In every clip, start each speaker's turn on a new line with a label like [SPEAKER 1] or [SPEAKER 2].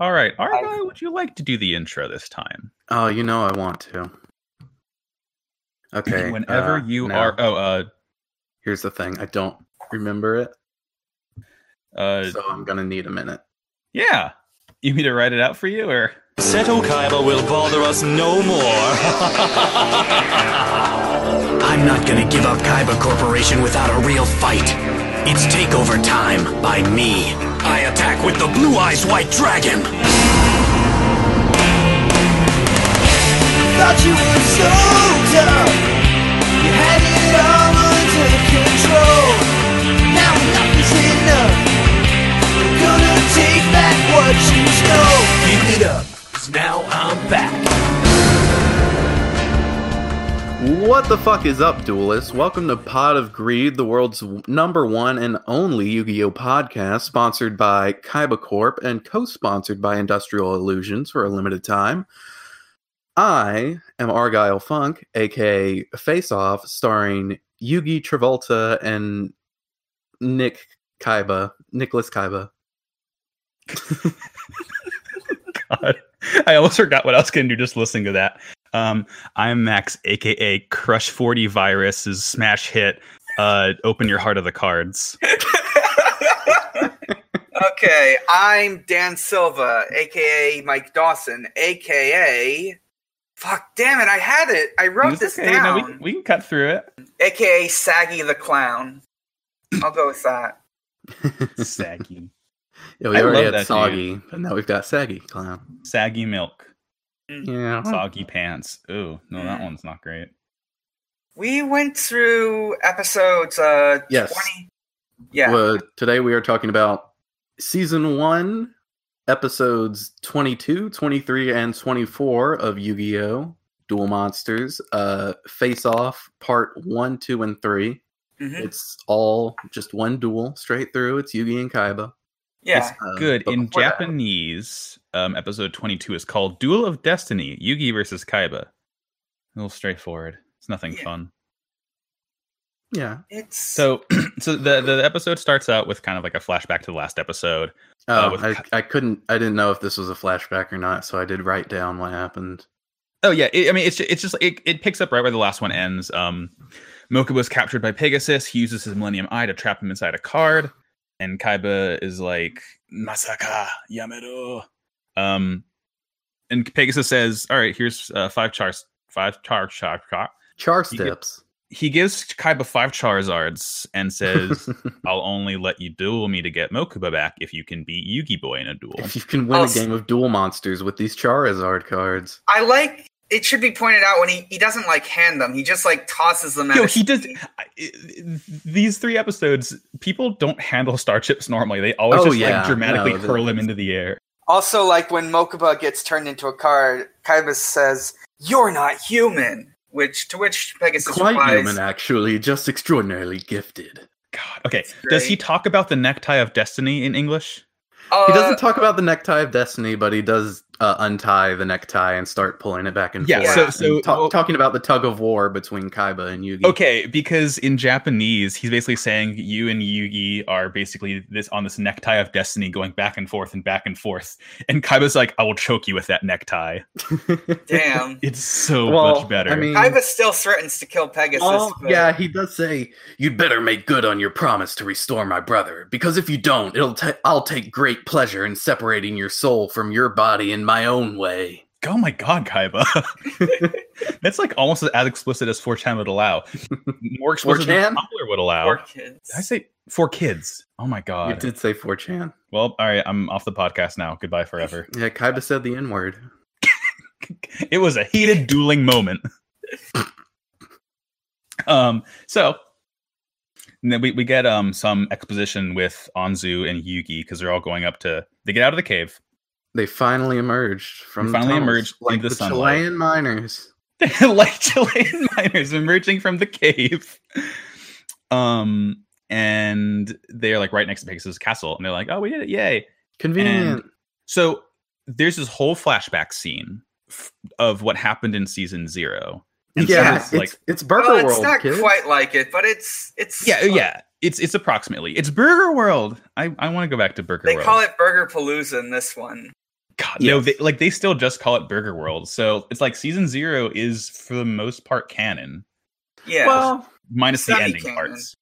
[SPEAKER 1] All right, Argyle, would you like to do the intro this time?
[SPEAKER 2] Oh, you know I want to. Okay.
[SPEAKER 1] Whenever
[SPEAKER 2] uh,
[SPEAKER 1] you
[SPEAKER 2] no.
[SPEAKER 1] are, oh, uh,
[SPEAKER 2] Here's the thing. I don't remember it,
[SPEAKER 1] uh,
[SPEAKER 2] so I'm gonna need a minute.
[SPEAKER 1] yeah. You mean to write it out for you, or
[SPEAKER 3] Seto Kaiba will bother us no more. I'm not gonna give up Kaiba Corporation without a real fight. It's takeover time by me. I attack with the Blue Eyes White Dragon.
[SPEAKER 4] Thought you were so dumb. You had it all under control. Now enough is enough. We're gonna take back what you stole.
[SPEAKER 3] Give it up, 'cause now I'm back.
[SPEAKER 2] What the fuck is up, duelists? Welcome to Pod of Greed, the world's w- number one and only Yu-Gi-Oh podcast, sponsored by Kaiba Corp and co-sponsored by Industrial Illusions for a limited time. I am Argyle Funk, aka Face Off, starring Yugi Travolta and Nick Kaiba, Nicholas Kaiba.
[SPEAKER 1] God, I almost forgot what I was going to do just listening to that. Um, I'm Max, aka Crush Forty Virus's smash hit. Uh, open your heart of the cards.
[SPEAKER 5] okay, I'm Dan Silva, aka Mike Dawson, aka. Fuck, damn it, I had it. I wrote
[SPEAKER 1] It's
[SPEAKER 5] this
[SPEAKER 1] okay, no,
[SPEAKER 5] down.
[SPEAKER 1] we, we can cut through it.
[SPEAKER 5] aka Saggy the Clown. I'll go with that.
[SPEAKER 1] Saggy,
[SPEAKER 2] Yeah, we
[SPEAKER 1] I love
[SPEAKER 2] already had
[SPEAKER 1] that
[SPEAKER 2] Soggy,
[SPEAKER 1] dude.
[SPEAKER 2] but now we've got Saggy Clown.
[SPEAKER 1] saggy milk,
[SPEAKER 2] Yeah.
[SPEAKER 5] Oh.
[SPEAKER 1] soggy pants. Ooh, no, that one's not great.
[SPEAKER 5] We went through episodes uh,
[SPEAKER 2] Yes.
[SPEAKER 5] 20. Yeah.
[SPEAKER 2] Well, today we are talking about season one, episodes 22, 23, and 24 of Yu Gi Oh! Duel Monsters, uh, Face Off, part one, two, and 3
[SPEAKER 5] Mhm.
[SPEAKER 2] It's all just one duel straight through. It's Yugi and Kaiba.
[SPEAKER 5] Yeah.
[SPEAKER 2] Uh,
[SPEAKER 1] Good.
[SPEAKER 2] but
[SPEAKER 1] In
[SPEAKER 2] before that-
[SPEAKER 1] Japanese, um, episode 22 is called Duel of Destiny Yugi versus Kaiba. A little straightforward. It's nothing
[SPEAKER 5] Yeah.
[SPEAKER 1] fun.
[SPEAKER 2] yeah.
[SPEAKER 5] It's.
[SPEAKER 1] So, so the, the episode starts out with kind of like a flashback to the last episode. Uh,
[SPEAKER 2] Oh,
[SPEAKER 1] with
[SPEAKER 2] I,
[SPEAKER 1] Ka-
[SPEAKER 2] I couldn't. I didn't know if this was a flashback or not, so I did write down what happened.
[SPEAKER 1] Oh yeah, it, I mean it's ju- it's just it, it picks up right where the last one ends. Um, Mokuba is captured by Pegasus. He uses his Millennium Eye to trap him inside a card, and Kaiba is like Masaka Yamero. Um, and Pegasus says, "All right, here's uh, five chars, five char char char."
[SPEAKER 2] Char
[SPEAKER 1] You get-
[SPEAKER 2] steps.
[SPEAKER 1] He gives Kaiba five Charizards and says, "I'll only let you duel me to get Mokuba back if you can beat Yugi Boy in a duel."
[SPEAKER 2] if you can win
[SPEAKER 5] I'll
[SPEAKER 2] a
[SPEAKER 5] s-
[SPEAKER 2] game of duel monsters with these Charizard cards.
[SPEAKER 5] I like. It should be pointed out when he, he doesn't like hand them. He just like tosses them. at
[SPEAKER 1] Yo,
[SPEAKER 5] us.
[SPEAKER 1] he does. I- I- These three episodes, people don't handle star chips normally. They always
[SPEAKER 2] Oh,
[SPEAKER 1] just
[SPEAKER 2] yeah.
[SPEAKER 1] like dramatically
[SPEAKER 2] No, the-
[SPEAKER 1] hurl them into the air.
[SPEAKER 5] Also, like when Mokuba gets turned into a card, Kaiba says, "You're not human," which to which Pegasus
[SPEAKER 2] Quite
[SPEAKER 5] replies,
[SPEAKER 2] human, actually, just extraordinarily gifted.
[SPEAKER 1] God. Okay.
[SPEAKER 5] That's
[SPEAKER 1] Does he
[SPEAKER 5] great.
[SPEAKER 1] talk about the necktie of destiny in English?
[SPEAKER 5] Uh,
[SPEAKER 2] He doesn't talk about the necktie of destiny, but he does uh, untie the necktie and start pulling it back and
[SPEAKER 1] Yeah,
[SPEAKER 2] forth.
[SPEAKER 5] so-
[SPEAKER 2] and
[SPEAKER 1] so-
[SPEAKER 2] ta-
[SPEAKER 1] well-
[SPEAKER 2] talking about the tug of war between Kaiba and Yugi.
[SPEAKER 1] Okay, because in Japanese, he's basically saying you and Yugi are basically this on this necktie of destiny, going back and forth and back and forth. And Kaiba's like, "I will choke you with that necktie."
[SPEAKER 5] "Damn."
[SPEAKER 1] It's so
[SPEAKER 2] Well,
[SPEAKER 1] much better.
[SPEAKER 2] I mean,
[SPEAKER 5] Kaiba still threatens to kill Pegasus.
[SPEAKER 1] Oh,
[SPEAKER 2] well,
[SPEAKER 5] but-
[SPEAKER 2] yeah, he does say you'd better make good on your promise to restore my brother, because if you don't, it'll ta- I'll take great pleasure in separating your soul from your body in my own way.
[SPEAKER 1] oh my god, Kaiba! That's like almost as explicit as 4chan would allow. More explicit than
[SPEAKER 2] 4chan?
[SPEAKER 1] Tumblr would allow.
[SPEAKER 5] poor kids.
[SPEAKER 1] Did I say four kids? Oh my
[SPEAKER 2] You
[SPEAKER 1] god.
[SPEAKER 2] did say 4chan.
[SPEAKER 1] Well, all right, I'm off the podcast now. Goodbye forever.
[SPEAKER 2] Yeah, Kaiba said the N word.
[SPEAKER 1] it was a heated dueling moment. um, so and then we, we get um some exposition with Anzu and Yugi because they're all going up to they get out of the cave.
[SPEAKER 2] They finally emerged from
[SPEAKER 1] They
[SPEAKER 2] the
[SPEAKER 1] finally
[SPEAKER 2] tunnels,
[SPEAKER 1] emerged
[SPEAKER 2] like
[SPEAKER 1] into
[SPEAKER 2] the
[SPEAKER 1] sunlight.
[SPEAKER 2] Chilean miners.
[SPEAKER 1] They're like Chilean miners emerging from the cave. Um and they're like right next to Pegasus' castle, and they're like, Oh, we did it, yay.
[SPEAKER 2] Convenient.
[SPEAKER 1] So there's this whole flashback scene f- of what happened in season zero. And so
[SPEAKER 2] yeah,
[SPEAKER 1] it's
[SPEAKER 2] it's
[SPEAKER 1] like-
[SPEAKER 2] it's, Burger
[SPEAKER 5] Well, it's
[SPEAKER 2] World.
[SPEAKER 5] not
[SPEAKER 2] kids.
[SPEAKER 5] quite like it, but it's it's
[SPEAKER 1] Yeah, yeah. It's it's approximately. It's Burger World. I, I want to go back to Burger
[SPEAKER 5] They
[SPEAKER 1] World.
[SPEAKER 5] call it Burger Palooza in this one.
[SPEAKER 1] No,
[SPEAKER 2] Yes.
[SPEAKER 1] they, like they still just call it Burger World. So it's like season zero is for the most part canon,
[SPEAKER 5] Yeah.
[SPEAKER 2] Well,
[SPEAKER 1] minus the ending
[SPEAKER 5] Semi-canon.
[SPEAKER 1] parts.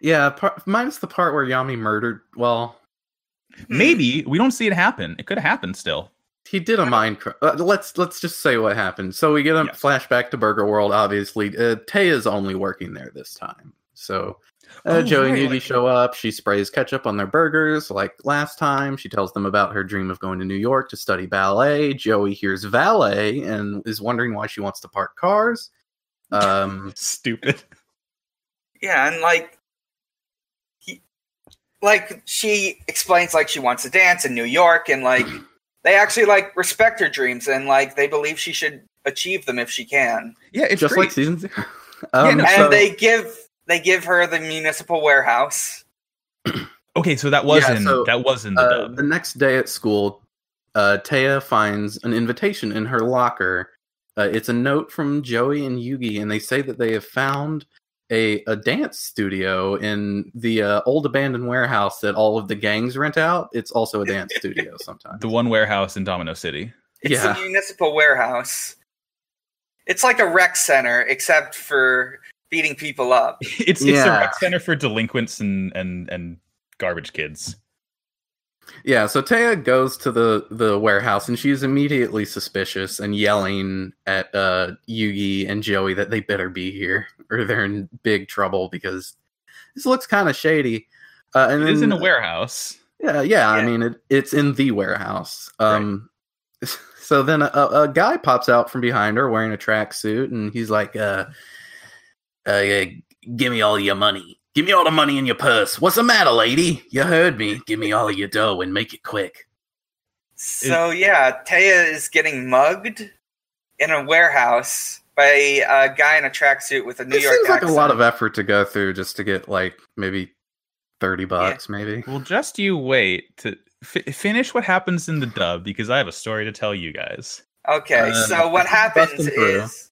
[SPEAKER 2] yeah, part, minus the part where Yami murdered. Well,
[SPEAKER 1] Hmm. Maybe we don't see it happen. It could have happened still.
[SPEAKER 2] he did a mind. Cr- uh, let's let's just say what happened. So we get a
[SPEAKER 1] Yeah.
[SPEAKER 2] flashback to Burger World. Obviously, uh, Taya's only working there this time. So
[SPEAKER 1] Oh,
[SPEAKER 2] uh, Joey and
[SPEAKER 1] right,
[SPEAKER 2] Yugi
[SPEAKER 1] like-
[SPEAKER 2] show up. She sprays ketchup on their burgers like last time. She tells them about her dream of going to New York to study ballet. Joey hears valet and is wondering why she wants to park cars. Um,
[SPEAKER 1] Stupid.
[SPEAKER 5] Yeah, and like, he, like she explains like she wants to dance in New York, and like they actually like respect her dreams, and like they believe she should achieve them if she can.
[SPEAKER 1] Yeah, it's
[SPEAKER 2] just
[SPEAKER 1] great.
[SPEAKER 2] like season zero. Um,
[SPEAKER 1] no,
[SPEAKER 5] And
[SPEAKER 2] so-
[SPEAKER 5] they give they give her the municipal warehouse.
[SPEAKER 1] okay, so that was
[SPEAKER 2] Yeah,
[SPEAKER 1] in
[SPEAKER 2] so,
[SPEAKER 1] that was in the
[SPEAKER 2] Uh,
[SPEAKER 1] dub.
[SPEAKER 2] the next day at school, uh, Taya finds an invitation in her locker. Uh, it's a note from Joey and Yugi, and they say that they have found a, a dance studio in the uh, old abandoned warehouse that all of the gangs rent out. It's also a dance studio sometimes.
[SPEAKER 1] The one warehouse in Domino City.
[SPEAKER 5] It's
[SPEAKER 2] yeah.
[SPEAKER 5] the municipal warehouse. It's like a rec center, except for beating people up.
[SPEAKER 1] It's it's a
[SPEAKER 2] Yeah.
[SPEAKER 1] rec center for delinquents and and and garbage kids.
[SPEAKER 2] Yeah, so Taya goes to the the warehouse and she's immediately suspicious and yelling at uh Yugi and Joey that they better be here or they're in big trouble because this looks kind of shady. Uh, and
[SPEAKER 1] It is
[SPEAKER 2] then-
[SPEAKER 1] in a warehouse.
[SPEAKER 2] Yeah, yeah. I
[SPEAKER 5] Yeah.
[SPEAKER 2] mean, it, it's in the warehouse. Um, so then a, a guy pops out from behind her wearing a tracksuit, and he's like, uh, uh, "Give me all your money. Give me all the money in your purse. What's the matter, lady? You heard me. Give me all of your dough and make it quick."
[SPEAKER 5] So yeah, Taya is getting mugged in a warehouse by a guy in a tracksuit with a New
[SPEAKER 2] it
[SPEAKER 5] York
[SPEAKER 2] seems like
[SPEAKER 5] accent.
[SPEAKER 2] a lot of effort to go through just to get like maybe thirty bucks, maybe.
[SPEAKER 1] Well, just you wait to f- finish what happens in the dub because I have a story to tell you guys.
[SPEAKER 5] Okay,
[SPEAKER 2] Uh,
[SPEAKER 5] so what happens
[SPEAKER 2] busting through.
[SPEAKER 5] is,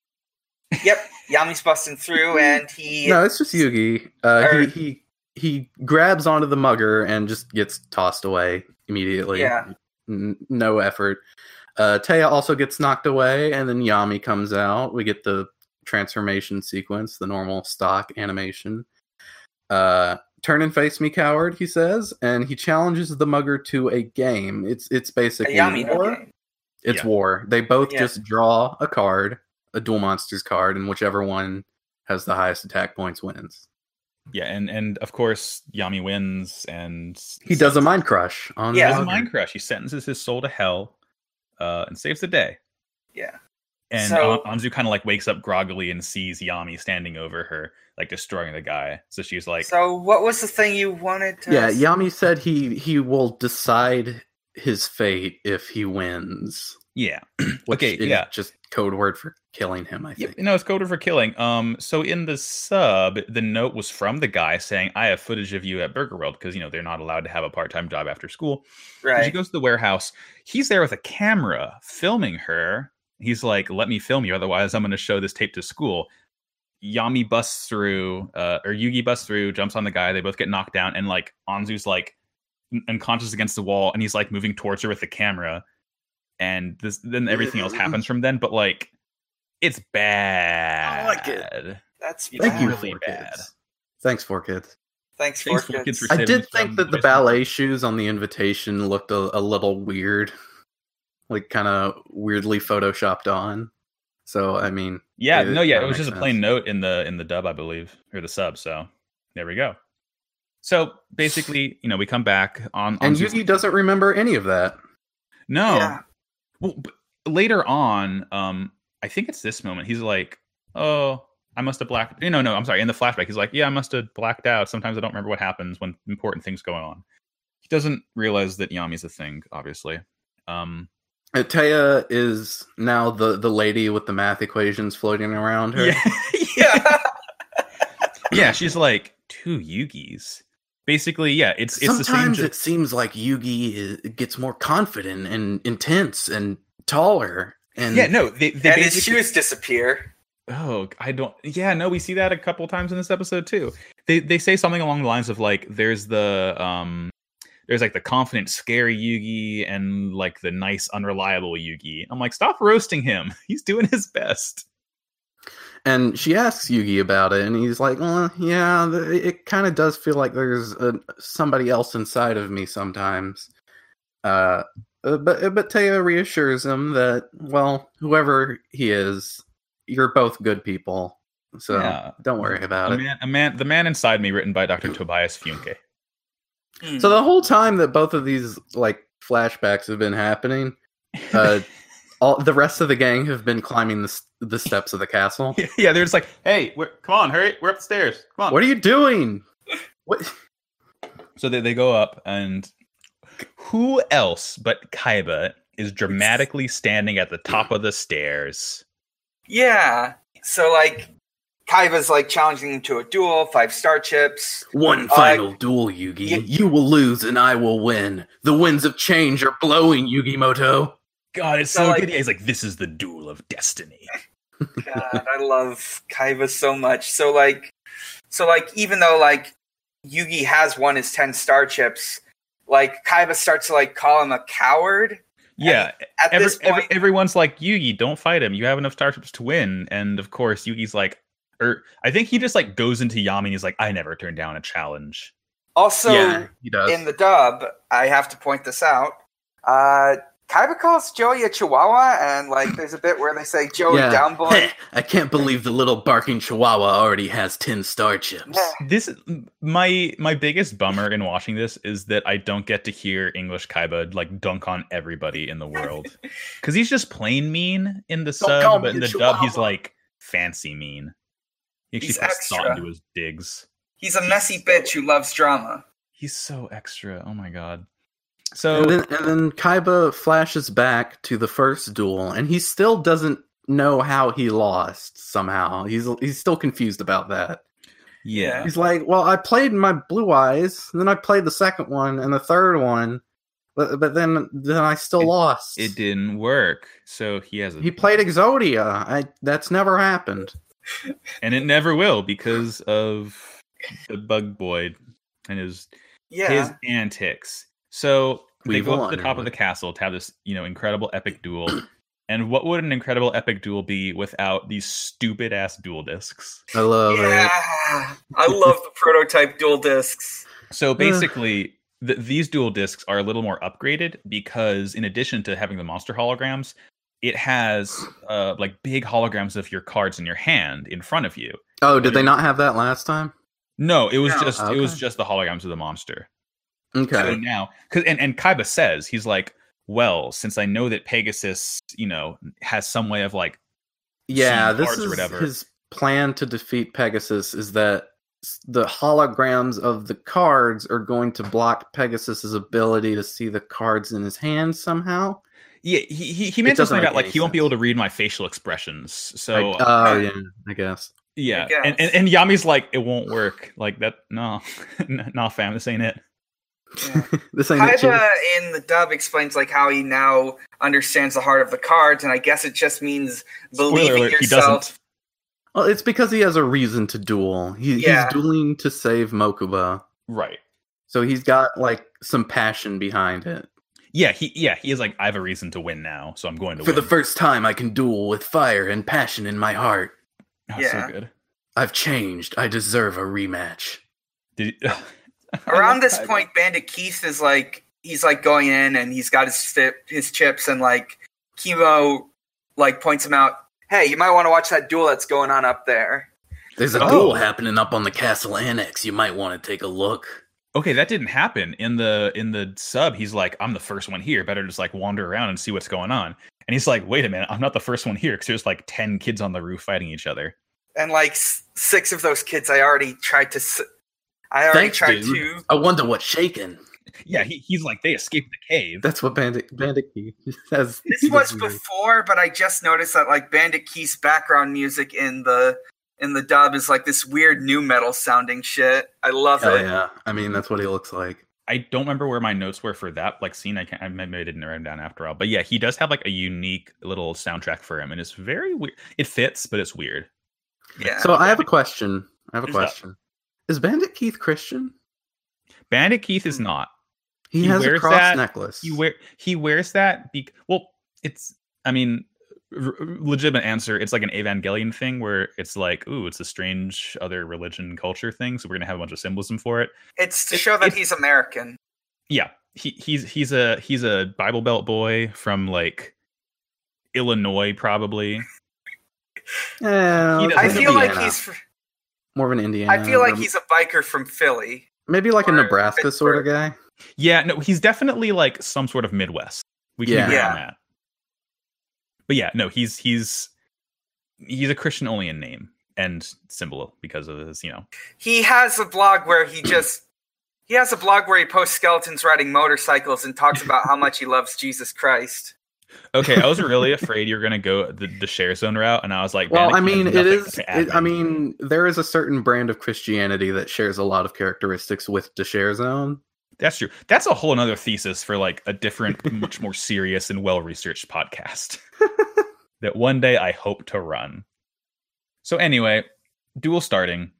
[SPEAKER 5] yep, Yami's busting through, and he
[SPEAKER 2] No, it's just Yugi. Uh,
[SPEAKER 5] Or-
[SPEAKER 2] he, he he grabs onto the mugger and just gets tossed away immediately.
[SPEAKER 5] Yeah.
[SPEAKER 2] N- no effort. Uh, Taya also gets knocked away, and then Yami comes out. We get the transformation sequence, the normal stock animation. Uh, Turn and face me, coward. He says, and he challenges the mugger to a game. It's it's basically
[SPEAKER 5] Yami no
[SPEAKER 2] war.
[SPEAKER 5] game.
[SPEAKER 2] It's
[SPEAKER 1] Yeah.
[SPEAKER 2] war. They both
[SPEAKER 5] Yeah.
[SPEAKER 2] just draw a card, a dual monsters card, and whichever one has the highest attack points wins.
[SPEAKER 1] Yeah, and and of course Yami wins, and
[SPEAKER 2] He does a mind crush on
[SPEAKER 5] Yeah.
[SPEAKER 1] He
[SPEAKER 2] the
[SPEAKER 1] does a
[SPEAKER 2] mugger.
[SPEAKER 1] mind crush. He sentences his soul to hell, uh, and saves the day.
[SPEAKER 5] Yeah.
[SPEAKER 1] And
[SPEAKER 5] So-
[SPEAKER 1] An- Anzu kind of like wakes up groggily and sees Yami standing over her, like destroying the guy. So she's like,
[SPEAKER 5] So what was the thing you wanted to?
[SPEAKER 2] Yeah, Yami said he he will decide his fate if he wins.
[SPEAKER 1] "Yeah,
[SPEAKER 2] Which
[SPEAKER 1] okay,
[SPEAKER 2] is
[SPEAKER 1] yeah,
[SPEAKER 2] just code word for killing him. I think.
[SPEAKER 1] Yep, no, it's coded for killing. Um, so in the sub, the note was from the guy saying, "I have footage of you at Burger World because you know they're not allowed to have a part-time job after school." And She
[SPEAKER 5] right.
[SPEAKER 1] goes to the warehouse. He's there with a camera filming her. He's like, "Let me film you, otherwise I'm going to show this tape to school." Yami busts through, uh, or Yugi busts through, jumps on the guy. They both get knocked down, and like Anzu's like n- unconscious against the wall, and he's like moving towards her with the camera. And this, then everything else happens from then. But like, it's bad.
[SPEAKER 2] like it.
[SPEAKER 5] That's
[SPEAKER 2] Thank you,
[SPEAKER 1] really
[SPEAKER 2] four
[SPEAKER 1] bad.
[SPEAKER 2] kids. Thanks, four kids.
[SPEAKER 5] Thanks,
[SPEAKER 1] Thanks,
[SPEAKER 5] for
[SPEAKER 1] Four Kids, for
[SPEAKER 2] I
[SPEAKER 1] saving
[SPEAKER 2] did
[SPEAKER 1] us
[SPEAKER 2] think
[SPEAKER 1] from
[SPEAKER 2] that the
[SPEAKER 1] wasting-
[SPEAKER 2] ballet shoes on the invitation looked a, a little weird, like kind of weirdly photoshopped on. So I mean,
[SPEAKER 1] Yeah,
[SPEAKER 2] It-
[SPEAKER 1] no, yeah,
[SPEAKER 2] that
[SPEAKER 1] it was
[SPEAKER 2] makes
[SPEAKER 1] just a plain
[SPEAKER 2] sense.
[SPEAKER 1] note in the in the dub, I believe, or the sub. So there we go. So basically, you know, we come back on, on
[SPEAKER 2] and
[SPEAKER 1] Zeus-
[SPEAKER 2] Yugi doesn't remember any of that.
[SPEAKER 1] no.
[SPEAKER 5] Yeah.
[SPEAKER 1] Well, b- later on, um, I think it's this moment. He's like, "Oh, I must have blacked." No, no, I'm sorry. In the flashback, he's like, "Yeah, I must have blacked out. Sometimes I don't remember what happens when important things going on." He doesn't realize that Yami's a thing, obviously. Um,
[SPEAKER 2] Uh, Taya is now the the lady with the math equations floating around her.
[SPEAKER 1] yeah,
[SPEAKER 5] yeah.
[SPEAKER 1] yeah, she's like two Yugis. Basically, yeah, it's it's the same.
[SPEAKER 2] Sometimes
[SPEAKER 1] ju-
[SPEAKER 2] it seems like Yugi is, gets more confident and intense and taller. And
[SPEAKER 1] yeah, no, they, they
[SPEAKER 5] and his
[SPEAKER 1] basically-
[SPEAKER 5] shoes disappear.
[SPEAKER 1] Oh, I don't. Yeah, no, we see that a couple times in this episode too. They they say something along the lines of like, "There's the um, there's like the confident, scary Yugi and like the nice, unreliable Yugi. I'm like, stop roasting him. He's doing his best.
[SPEAKER 2] And she asks Yugi about it, and he's like, uh, "Yeah, th- it kind of does feel like there's uh somebody else inside of me sometimes." Uh, uh, but uh, but Teo reassures him that, well, whoever he is, you're both good people, so
[SPEAKER 1] Yeah.
[SPEAKER 2] don't worry about
[SPEAKER 1] A
[SPEAKER 2] it.
[SPEAKER 1] man, a man, the man inside me, written by Dr. Tobias Funke.
[SPEAKER 5] Hmm.
[SPEAKER 2] So the whole time that both of these like flashbacks have been happening, uh, all the rest of the gang have been climbing the, s- the steps of the castle.
[SPEAKER 1] yeah, they're just like, hey, we're, come on, hurry, we're upstairs. Come on.
[SPEAKER 2] What are you doing? What?
[SPEAKER 1] So they, they go up, and who else but Kaiba is dramatically standing at the top of the stairs?
[SPEAKER 5] yeah. So like, Kaiba's like challenging him to a duel, five star chips.
[SPEAKER 2] One
[SPEAKER 5] Uh,
[SPEAKER 2] final duel, Yugi.
[SPEAKER 5] y-
[SPEAKER 2] You will lose, and I will win. The winds of change are blowing, Yugi Moto.
[SPEAKER 1] God, it's
[SPEAKER 5] So,
[SPEAKER 1] so,
[SPEAKER 5] like-
[SPEAKER 1] good. Yeah, he's like, this is the duel of destiny.
[SPEAKER 5] God, I love Kaiba so much. So like, so like, even though like Yugi has won his ten star chips, like Kaiba starts to like call him a coward.
[SPEAKER 1] Yeah,
[SPEAKER 5] At
[SPEAKER 1] every,
[SPEAKER 5] this point,
[SPEAKER 1] every- everyone's like, Yugi, don't fight him. You have enough starships to win. And of course, Yugi's like, or I think he just like goes into Yami and he's like, I never turn down a challenge.
[SPEAKER 5] also
[SPEAKER 2] yeah, he does.
[SPEAKER 5] in the dub, I have to point this out. Uh, Kaiba calls Joey a chihuahua, and like, there's a bit where they say Joey
[SPEAKER 2] Yeah.
[SPEAKER 5] down boy.
[SPEAKER 2] Heh, I can't believe the little barking chihuahua already has 10 star chips.
[SPEAKER 5] Yeah.
[SPEAKER 1] This my my biggest bummer in watching this is that I don't get to hear English Kaiba like dunk on everybody in the world because he's just plain mean in the
[SPEAKER 2] Don't call
[SPEAKER 1] sub,
[SPEAKER 2] me
[SPEAKER 1] but in
[SPEAKER 2] a
[SPEAKER 1] the dub he's
[SPEAKER 2] chihuahua.
[SPEAKER 1] like fancy mean. He actually
[SPEAKER 5] He's
[SPEAKER 1] puts thought
[SPEAKER 5] extra.
[SPEAKER 1] into his digs.
[SPEAKER 5] He's a messy bitch who loves drama.
[SPEAKER 1] He's so extra. Oh my god. So
[SPEAKER 2] And then, and then Kaiba flashes back to the first duel, and he still doesn't know how he lost somehow. He's he's still confused about that.
[SPEAKER 1] yeah.
[SPEAKER 2] He's like, "Well, I played my blue eyes, and then I played the second one and the third one, but but then then I still
[SPEAKER 1] It-
[SPEAKER 2] lost."
[SPEAKER 1] It didn't work. So he has a
[SPEAKER 2] He played Exodia. I that's never happened.
[SPEAKER 1] and it never will because of the bug boy and his
[SPEAKER 5] Yeah.
[SPEAKER 1] his antics. So they
[SPEAKER 2] We've
[SPEAKER 1] go up to
[SPEAKER 2] won,
[SPEAKER 1] the top of the
[SPEAKER 2] everybody.
[SPEAKER 1] castle to have this, you know, incredible epic duel. and what would an incredible epic duel be without these stupid ass duel discs?
[SPEAKER 2] I love it.
[SPEAKER 5] yeah. I love the prototype dual discs.
[SPEAKER 1] So basically, th- these dual discs are a little more upgraded because, in addition to having the monster holograms, it has uh, like big holograms of your cards in your hand in front of you.
[SPEAKER 2] Oh, did they not have that last time?
[SPEAKER 1] No, it was
[SPEAKER 5] No,
[SPEAKER 1] just it was
[SPEAKER 2] Oh, okay.
[SPEAKER 1] just the holograms of the monster. So
[SPEAKER 2] Okay.
[SPEAKER 1] now, because and, and Kaiba says he's like, well, since I know that Pegasus, you know, has some way of like,
[SPEAKER 2] Yeah,
[SPEAKER 1] some
[SPEAKER 2] this
[SPEAKER 1] cards or
[SPEAKER 2] is
[SPEAKER 1] whatever.
[SPEAKER 2] his plan to defeat Pegasus is that s- the holograms of the cards are going to block Pegasus's ability to see the cards in his hand somehow.
[SPEAKER 1] yeah, he he, he mentions
[SPEAKER 2] doesn't
[SPEAKER 1] something
[SPEAKER 2] make
[SPEAKER 1] about like
[SPEAKER 2] any
[SPEAKER 1] he won't be
[SPEAKER 2] sense.
[SPEAKER 1] able to read my facial expressions. So
[SPEAKER 2] Like,
[SPEAKER 1] uh,
[SPEAKER 2] oh
[SPEAKER 5] okay.
[SPEAKER 2] yeah, I guess.
[SPEAKER 1] yeah,
[SPEAKER 5] guess.
[SPEAKER 1] and, and and Yami's like, it won't work. Like that, no, no, fam, this ain't it.
[SPEAKER 5] Yeah.
[SPEAKER 2] This ain't it,
[SPEAKER 5] Kaiba
[SPEAKER 2] Chief.
[SPEAKER 5] in the dub explains like how he now understands the heart of the cards, and I guess it just means believing
[SPEAKER 1] Spoiler alert, he
[SPEAKER 5] yourself.
[SPEAKER 1] doesn't.
[SPEAKER 2] Well, it's because he has a reason to duel. He,
[SPEAKER 5] Yeah.
[SPEAKER 2] He's dueling to save Mokuba,
[SPEAKER 1] Right.
[SPEAKER 2] so he's got like some passion behind it.
[SPEAKER 1] Yeah, he yeah he is like, I have a reason to win now, so I'm going to
[SPEAKER 2] For
[SPEAKER 1] win.
[SPEAKER 2] the first time, I can duel with fire and passion in my heart.
[SPEAKER 1] Oh,
[SPEAKER 5] Yeah.
[SPEAKER 1] so good.
[SPEAKER 2] I've changed. I deserve a rematch.
[SPEAKER 1] Did I
[SPEAKER 5] Around
[SPEAKER 1] love
[SPEAKER 5] this
[SPEAKER 1] Kaiba.
[SPEAKER 5] point, Bandit Keith is like he's like going in, and he's got his sti his chips, and like Kimo like points him out. Hey, you might want to watch that duel that's going on up there.
[SPEAKER 2] There's a
[SPEAKER 1] Oh.
[SPEAKER 2] duel happening up on the castle annex. You might want to take a look.
[SPEAKER 1] okay that didn't happen in the in the sub he's like i'm the first one here better just like wander around and see what's going on and he's like wait a minute i'm not the first one here because there's like 10 kids on the roof fighting each other
[SPEAKER 5] And like s- six of those kids, I already tried to. S- I already
[SPEAKER 2] Thanks,
[SPEAKER 5] tried
[SPEAKER 2] dude.
[SPEAKER 5] to.
[SPEAKER 2] I wonder what's shaking.
[SPEAKER 1] yeah he, he's like they escaped the cave
[SPEAKER 2] That's what Bandit Bandit Key says.
[SPEAKER 5] This was before, but I just noticed that like Bandit Keith's background music in the in the dub is like this weird new metal sounding shit. I love
[SPEAKER 2] Hell
[SPEAKER 5] it.
[SPEAKER 2] yeah! I mean, that's what he looks like.
[SPEAKER 1] i don't remember where my notes were for that like scene i can't i maybe I didn't write him down after all but yeah he does have like a unique little soundtrack for him and it's very weird it fits but it's weird
[SPEAKER 5] Yeah.
[SPEAKER 2] So I have a question. I have a
[SPEAKER 1] Who's that?
[SPEAKER 2] question. Is Bandit Keith Christian?
[SPEAKER 1] bandit keith is not
[SPEAKER 2] He,
[SPEAKER 1] He
[SPEAKER 2] has a
[SPEAKER 1] wears
[SPEAKER 2] cross
[SPEAKER 1] that,
[SPEAKER 2] necklace.
[SPEAKER 1] He wear he wears that. Be- well, it's I mean, r- r- legitimate answer. It's like an Evangelion thing where it's like, ooh, it's a strange other religion culture thing. So we're gonna have a bunch of symbolism for it.
[SPEAKER 5] It's to
[SPEAKER 1] It-
[SPEAKER 5] show that
[SPEAKER 1] it-
[SPEAKER 5] he's American.
[SPEAKER 1] Yeah, he he's he's a he's a Bible Belt boy from like Illinois, probably.
[SPEAKER 2] Yeah,
[SPEAKER 1] He doesn't
[SPEAKER 5] I
[SPEAKER 1] He's
[SPEAKER 5] feel like
[SPEAKER 2] Indiana.
[SPEAKER 5] he's. fr-
[SPEAKER 2] more of an Indiana.
[SPEAKER 5] I feel like
[SPEAKER 2] or
[SPEAKER 5] he's a biker from Philly.
[SPEAKER 2] maybe like a
[SPEAKER 5] or
[SPEAKER 2] Nebraska sort of guy.
[SPEAKER 1] Yeah, no, he's definitely like some sort of Midwest. We can
[SPEAKER 2] Yeah.
[SPEAKER 1] agree
[SPEAKER 5] Yeah.
[SPEAKER 1] on that. But yeah, no, he's he's he's a Christian only in name and symbol because of his, you know.
[SPEAKER 5] He has a blog where he just. He has a blog where he posts skeletons riding motorcycles and talks about how much he loves Jesus Christ.
[SPEAKER 1] Okay, I was really afraid you were gonna go the, the share zone route, and I was like,
[SPEAKER 2] Well,
[SPEAKER 1] man,
[SPEAKER 2] I
[SPEAKER 1] he has
[SPEAKER 2] mean, it
[SPEAKER 1] nothing
[SPEAKER 2] is.
[SPEAKER 1] to add
[SPEAKER 2] It, I
[SPEAKER 1] right now.
[SPEAKER 2] mean, there is a certain brand of Christianity that shares a lot of characteristics with the share zone.
[SPEAKER 1] that's true. That's a whole another thesis for like a different, much more serious and well researched podcast that one day I hope to run. So anyway, dual starting.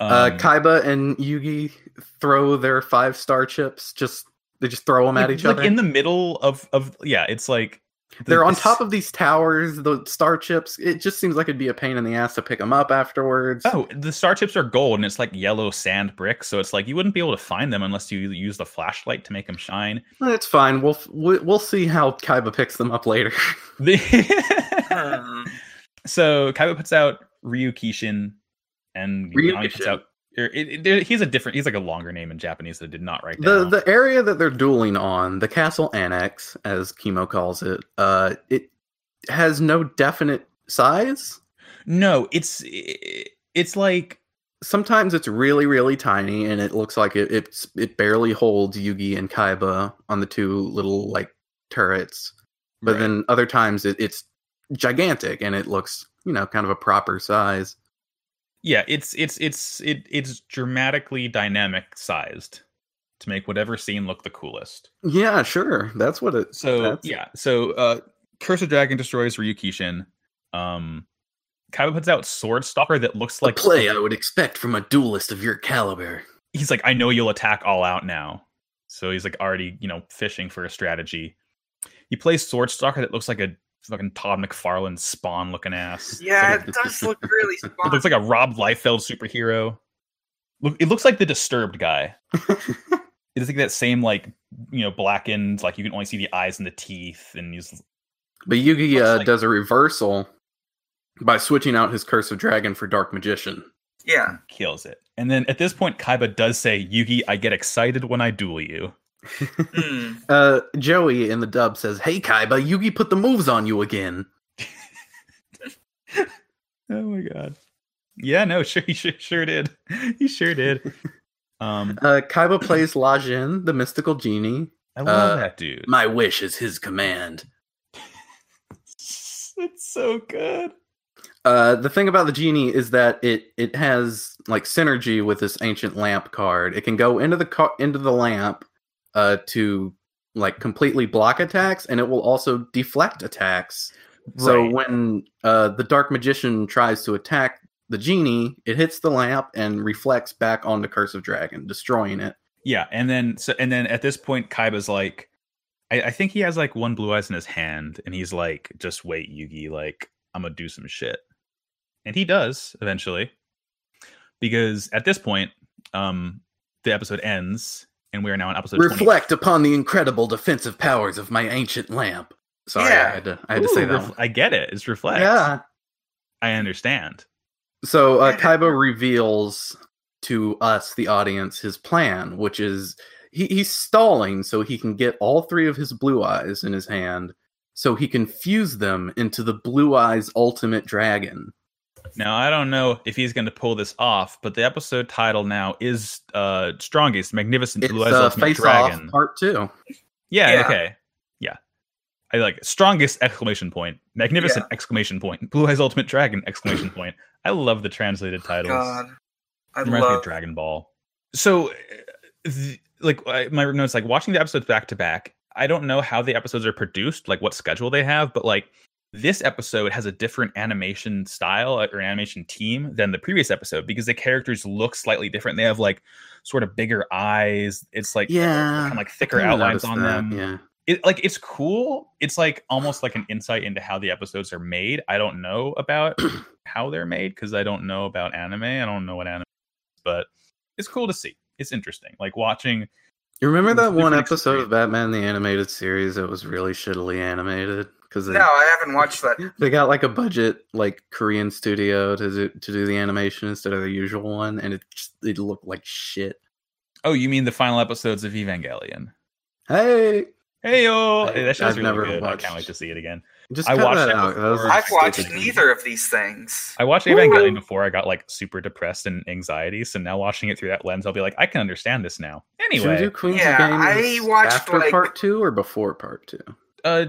[SPEAKER 2] uh,
[SPEAKER 1] Um,
[SPEAKER 2] Kaiba and Yugi throw their five star chips. Just they just throw them at
[SPEAKER 1] like-
[SPEAKER 2] each
[SPEAKER 1] like
[SPEAKER 2] other.
[SPEAKER 1] in the middle of of yeah it's like the-
[SPEAKER 2] They're on
[SPEAKER 1] this-
[SPEAKER 2] top of these towers. The star chips. It just seems like it'd be a pain in the ass to pick them up afterwards.
[SPEAKER 1] oh the star chips are gold and it's like yellow sand bricks so it's like you wouldn't be able to find them unless you use the flashlight to make them shine
[SPEAKER 2] It's fine. We'll f- we- we'll see how Kaiba picks them up later.
[SPEAKER 1] The-
[SPEAKER 5] Hmm.
[SPEAKER 1] so kaiba puts out ryu kishin and
[SPEAKER 2] Ryu
[SPEAKER 1] Yami puts
[SPEAKER 2] Kishin.
[SPEAKER 1] out er, it- it- there- he's a different he's like a longer name in japanese that I did not write
[SPEAKER 2] the
[SPEAKER 1] down.
[SPEAKER 2] the area that they're dueling on, the castle annex, as Chemo calls it, uh, it has no definite size.
[SPEAKER 1] no it's i- it's like
[SPEAKER 2] Sometimes it's really really tiny, and it looks like it it's, it barely holds Yugi and Kaiba on the two little like turrets. But
[SPEAKER 1] Right.
[SPEAKER 2] then other times it, it's gigantic, and it looks you know kind of a proper size.
[SPEAKER 1] yeah it's it's it's it, it's dramatically dynamic sized to make whatever scene look the coolest
[SPEAKER 2] Yeah, sure, that's what it.
[SPEAKER 1] So
[SPEAKER 2] that's-
[SPEAKER 1] yeah, so uh Curse of Dragon destroys Ryukishin. Um Kaiba puts out Sword Stalker that looks like
[SPEAKER 2] the play I would expect from a duelist of your caliber.
[SPEAKER 1] he's like, I know you'll attack all out now. So he's like already, you know, fishing for a strategy. He plays Sword Stalker that looks like a fucking Todd McFarlane spawn looking ass.
[SPEAKER 5] Yeah, it does look really
[SPEAKER 1] It
[SPEAKER 5] smart.
[SPEAKER 1] looks like a Rob Liefeld superhero. Look it looks like the disturbed guy. It's like that same like you know, blackened, like you can only see the eyes and the teeth, and he's
[SPEAKER 2] But Yugi
[SPEAKER 1] Looks
[SPEAKER 2] uh,
[SPEAKER 1] like-
[SPEAKER 2] does a reversal by switching out his Curse of Dragon for Dark Magician.
[SPEAKER 5] Yeah.
[SPEAKER 1] kills it. And then at this point, Kaiba does say, Yugi, I get excited when I duel you.
[SPEAKER 5] Hmm.
[SPEAKER 2] Uh, Joey in the dub says, Hey Kaiba, Yugi put the moves on you again.
[SPEAKER 1] Oh my god. Yeah, no, sure, he sure, sure did. He sure did. Um,
[SPEAKER 2] Uh, Kaiba plays La Jin, the mystical genie.
[SPEAKER 1] I love
[SPEAKER 2] Uh,
[SPEAKER 1] that dude.
[SPEAKER 2] My wish is his command.
[SPEAKER 1] It's so good.
[SPEAKER 2] Uh, the thing about the genie is that it it has like synergy with this ancient lamp card. It can go into the car into the lamp uh, to like completely block attacks, and it will also deflect attacks. So
[SPEAKER 1] Right.
[SPEAKER 2] when uh, the dark magician tries to attack the genie, it hits the lamp and reflects back on the curse of dragon, destroying it.
[SPEAKER 1] Yeah, and then so and then at this point, Kaiba's like, I, I think he has like one blue eyes in his hand, and he's like, just wait, Yugi, like, I'm gonna do some shit. And he does eventually. Because at this point, um, the episode ends, and we are now in episode 20.
[SPEAKER 2] Reflect upon the incredible defensive powers of my ancient lamp. Sorry,
[SPEAKER 5] Yeah.
[SPEAKER 2] I had to I had to say
[SPEAKER 1] Ooh,
[SPEAKER 2] that.
[SPEAKER 1] ref-
[SPEAKER 2] one.
[SPEAKER 1] I get it. It's reflect.
[SPEAKER 2] Yeah.
[SPEAKER 1] I understand.
[SPEAKER 2] So uh, Kaiba reveals to us, the audience, his plan, which is he, he's stalling so he can get all three of his blue eyes in his hand, so he can fuse them into the blue eyes ultimate dragon.
[SPEAKER 1] Now I don't know if he's going to pull this off, but the episode title now is uh strongest, magnificent,
[SPEAKER 2] It's
[SPEAKER 1] blue eyes
[SPEAKER 2] uh,
[SPEAKER 1] ultimate
[SPEAKER 2] face
[SPEAKER 1] dragon.
[SPEAKER 2] off part two.
[SPEAKER 1] yeah,
[SPEAKER 5] Yeah.
[SPEAKER 1] Okay. Yeah. I like it. strongest exclamation point, magnificent exclamation point, blue eyes ultimate dragon exclamation point. I love the translated titles.
[SPEAKER 5] God. I
[SPEAKER 1] Reminds me of
[SPEAKER 5] love.
[SPEAKER 1] Dragon Ball. So, uh, th- like I, my notes, like watching the episodes back to back. I don't know how the episodes are produced, like what schedule they have, but like this episode has a different animation style uh, or animation team than the previous episode because the characters look slightly different. They have like sort of bigger eyes. It's like
[SPEAKER 2] Yeah,
[SPEAKER 1] kind of like thicker
[SPEAKER 2] kinda
[SPEAKER 1] outlines
[SPEAKER 2] noticed
[SPEAKER 1] on
[SPEAKER 2] that,
[SPEAKER 1] them.
[SPEAKER 2] Yeah.
[SPEAKER 1] It, like it's cool. It's like almost like an insight into how the episodes are made. I don't know about how they're made because I don't know about anime. I don't know what anime, is, but it's cool to see. It's interesting. Like watching.
[SPEAKER 2] You remember
[SPEAKER 1] It was a
[SPEAKER 2] that one
[SPEAKER 1] different
[SPEAKER 2] episode of Batman the Animated Series that was really shittily animated because they,
[SPEAKER 5] No, I haven't watched that.
[SPEAKER 2] they got like a budget like Korean studio to do, to do the animation instead of the usual one, and it just, it looked like shit.
[SPEAKER 1] Oh, you mean the final episodes of Evangelion?
[SPEAKER 2] Hey,
[SPEAKER 1] Hey yo,
[SPEAKER 2] I-
[SPEAKER 1] that show's
[SPEAKER 2] I've
[SPEAKER 1] really
[SPEAKER 2] never
[SPEAKER 1] good. I can't
[SPEAKER 2] watched-
[SPEAKER 1] wait to see it again.
[SPEAKER 2] just
[SPEAKER 1] I
[SPEAKER 2] cut
[SPEAKER 1] watched
[SPEAKER 2] that
[SPEAKER 1] it
[SPEAKER 2] out. That was
[SPEAKER 1] before.
[SPEAKER 2] a
[SPEAKER 5] I've watched
[SPEAKER 2] stupid-
[SPEAKER 5] neither of these things.
[SPEAKER 1] I watched
[SPEAKER 5] Woo!
[SPEAKER 1] Evangelion before I got like super depressed and anxiety, so now watching it through that lens, I'll be like, I can understand this now.
[SPEAKER 2] Should we
[SPEAKER 1] Anyway,
[SPEAKER 2] do Queens
[SPEAKER 5] Yeah,
[SPEAKER 2] of
[SPEAKER 5] I
[SPEAKER 2] Games
[SPEAKER 5] watched,
[SPEAKER 2] after
[SPEAKER 5] like-
[SPEAKER 2] part two or before part two?
[SPEAKER 1] uh,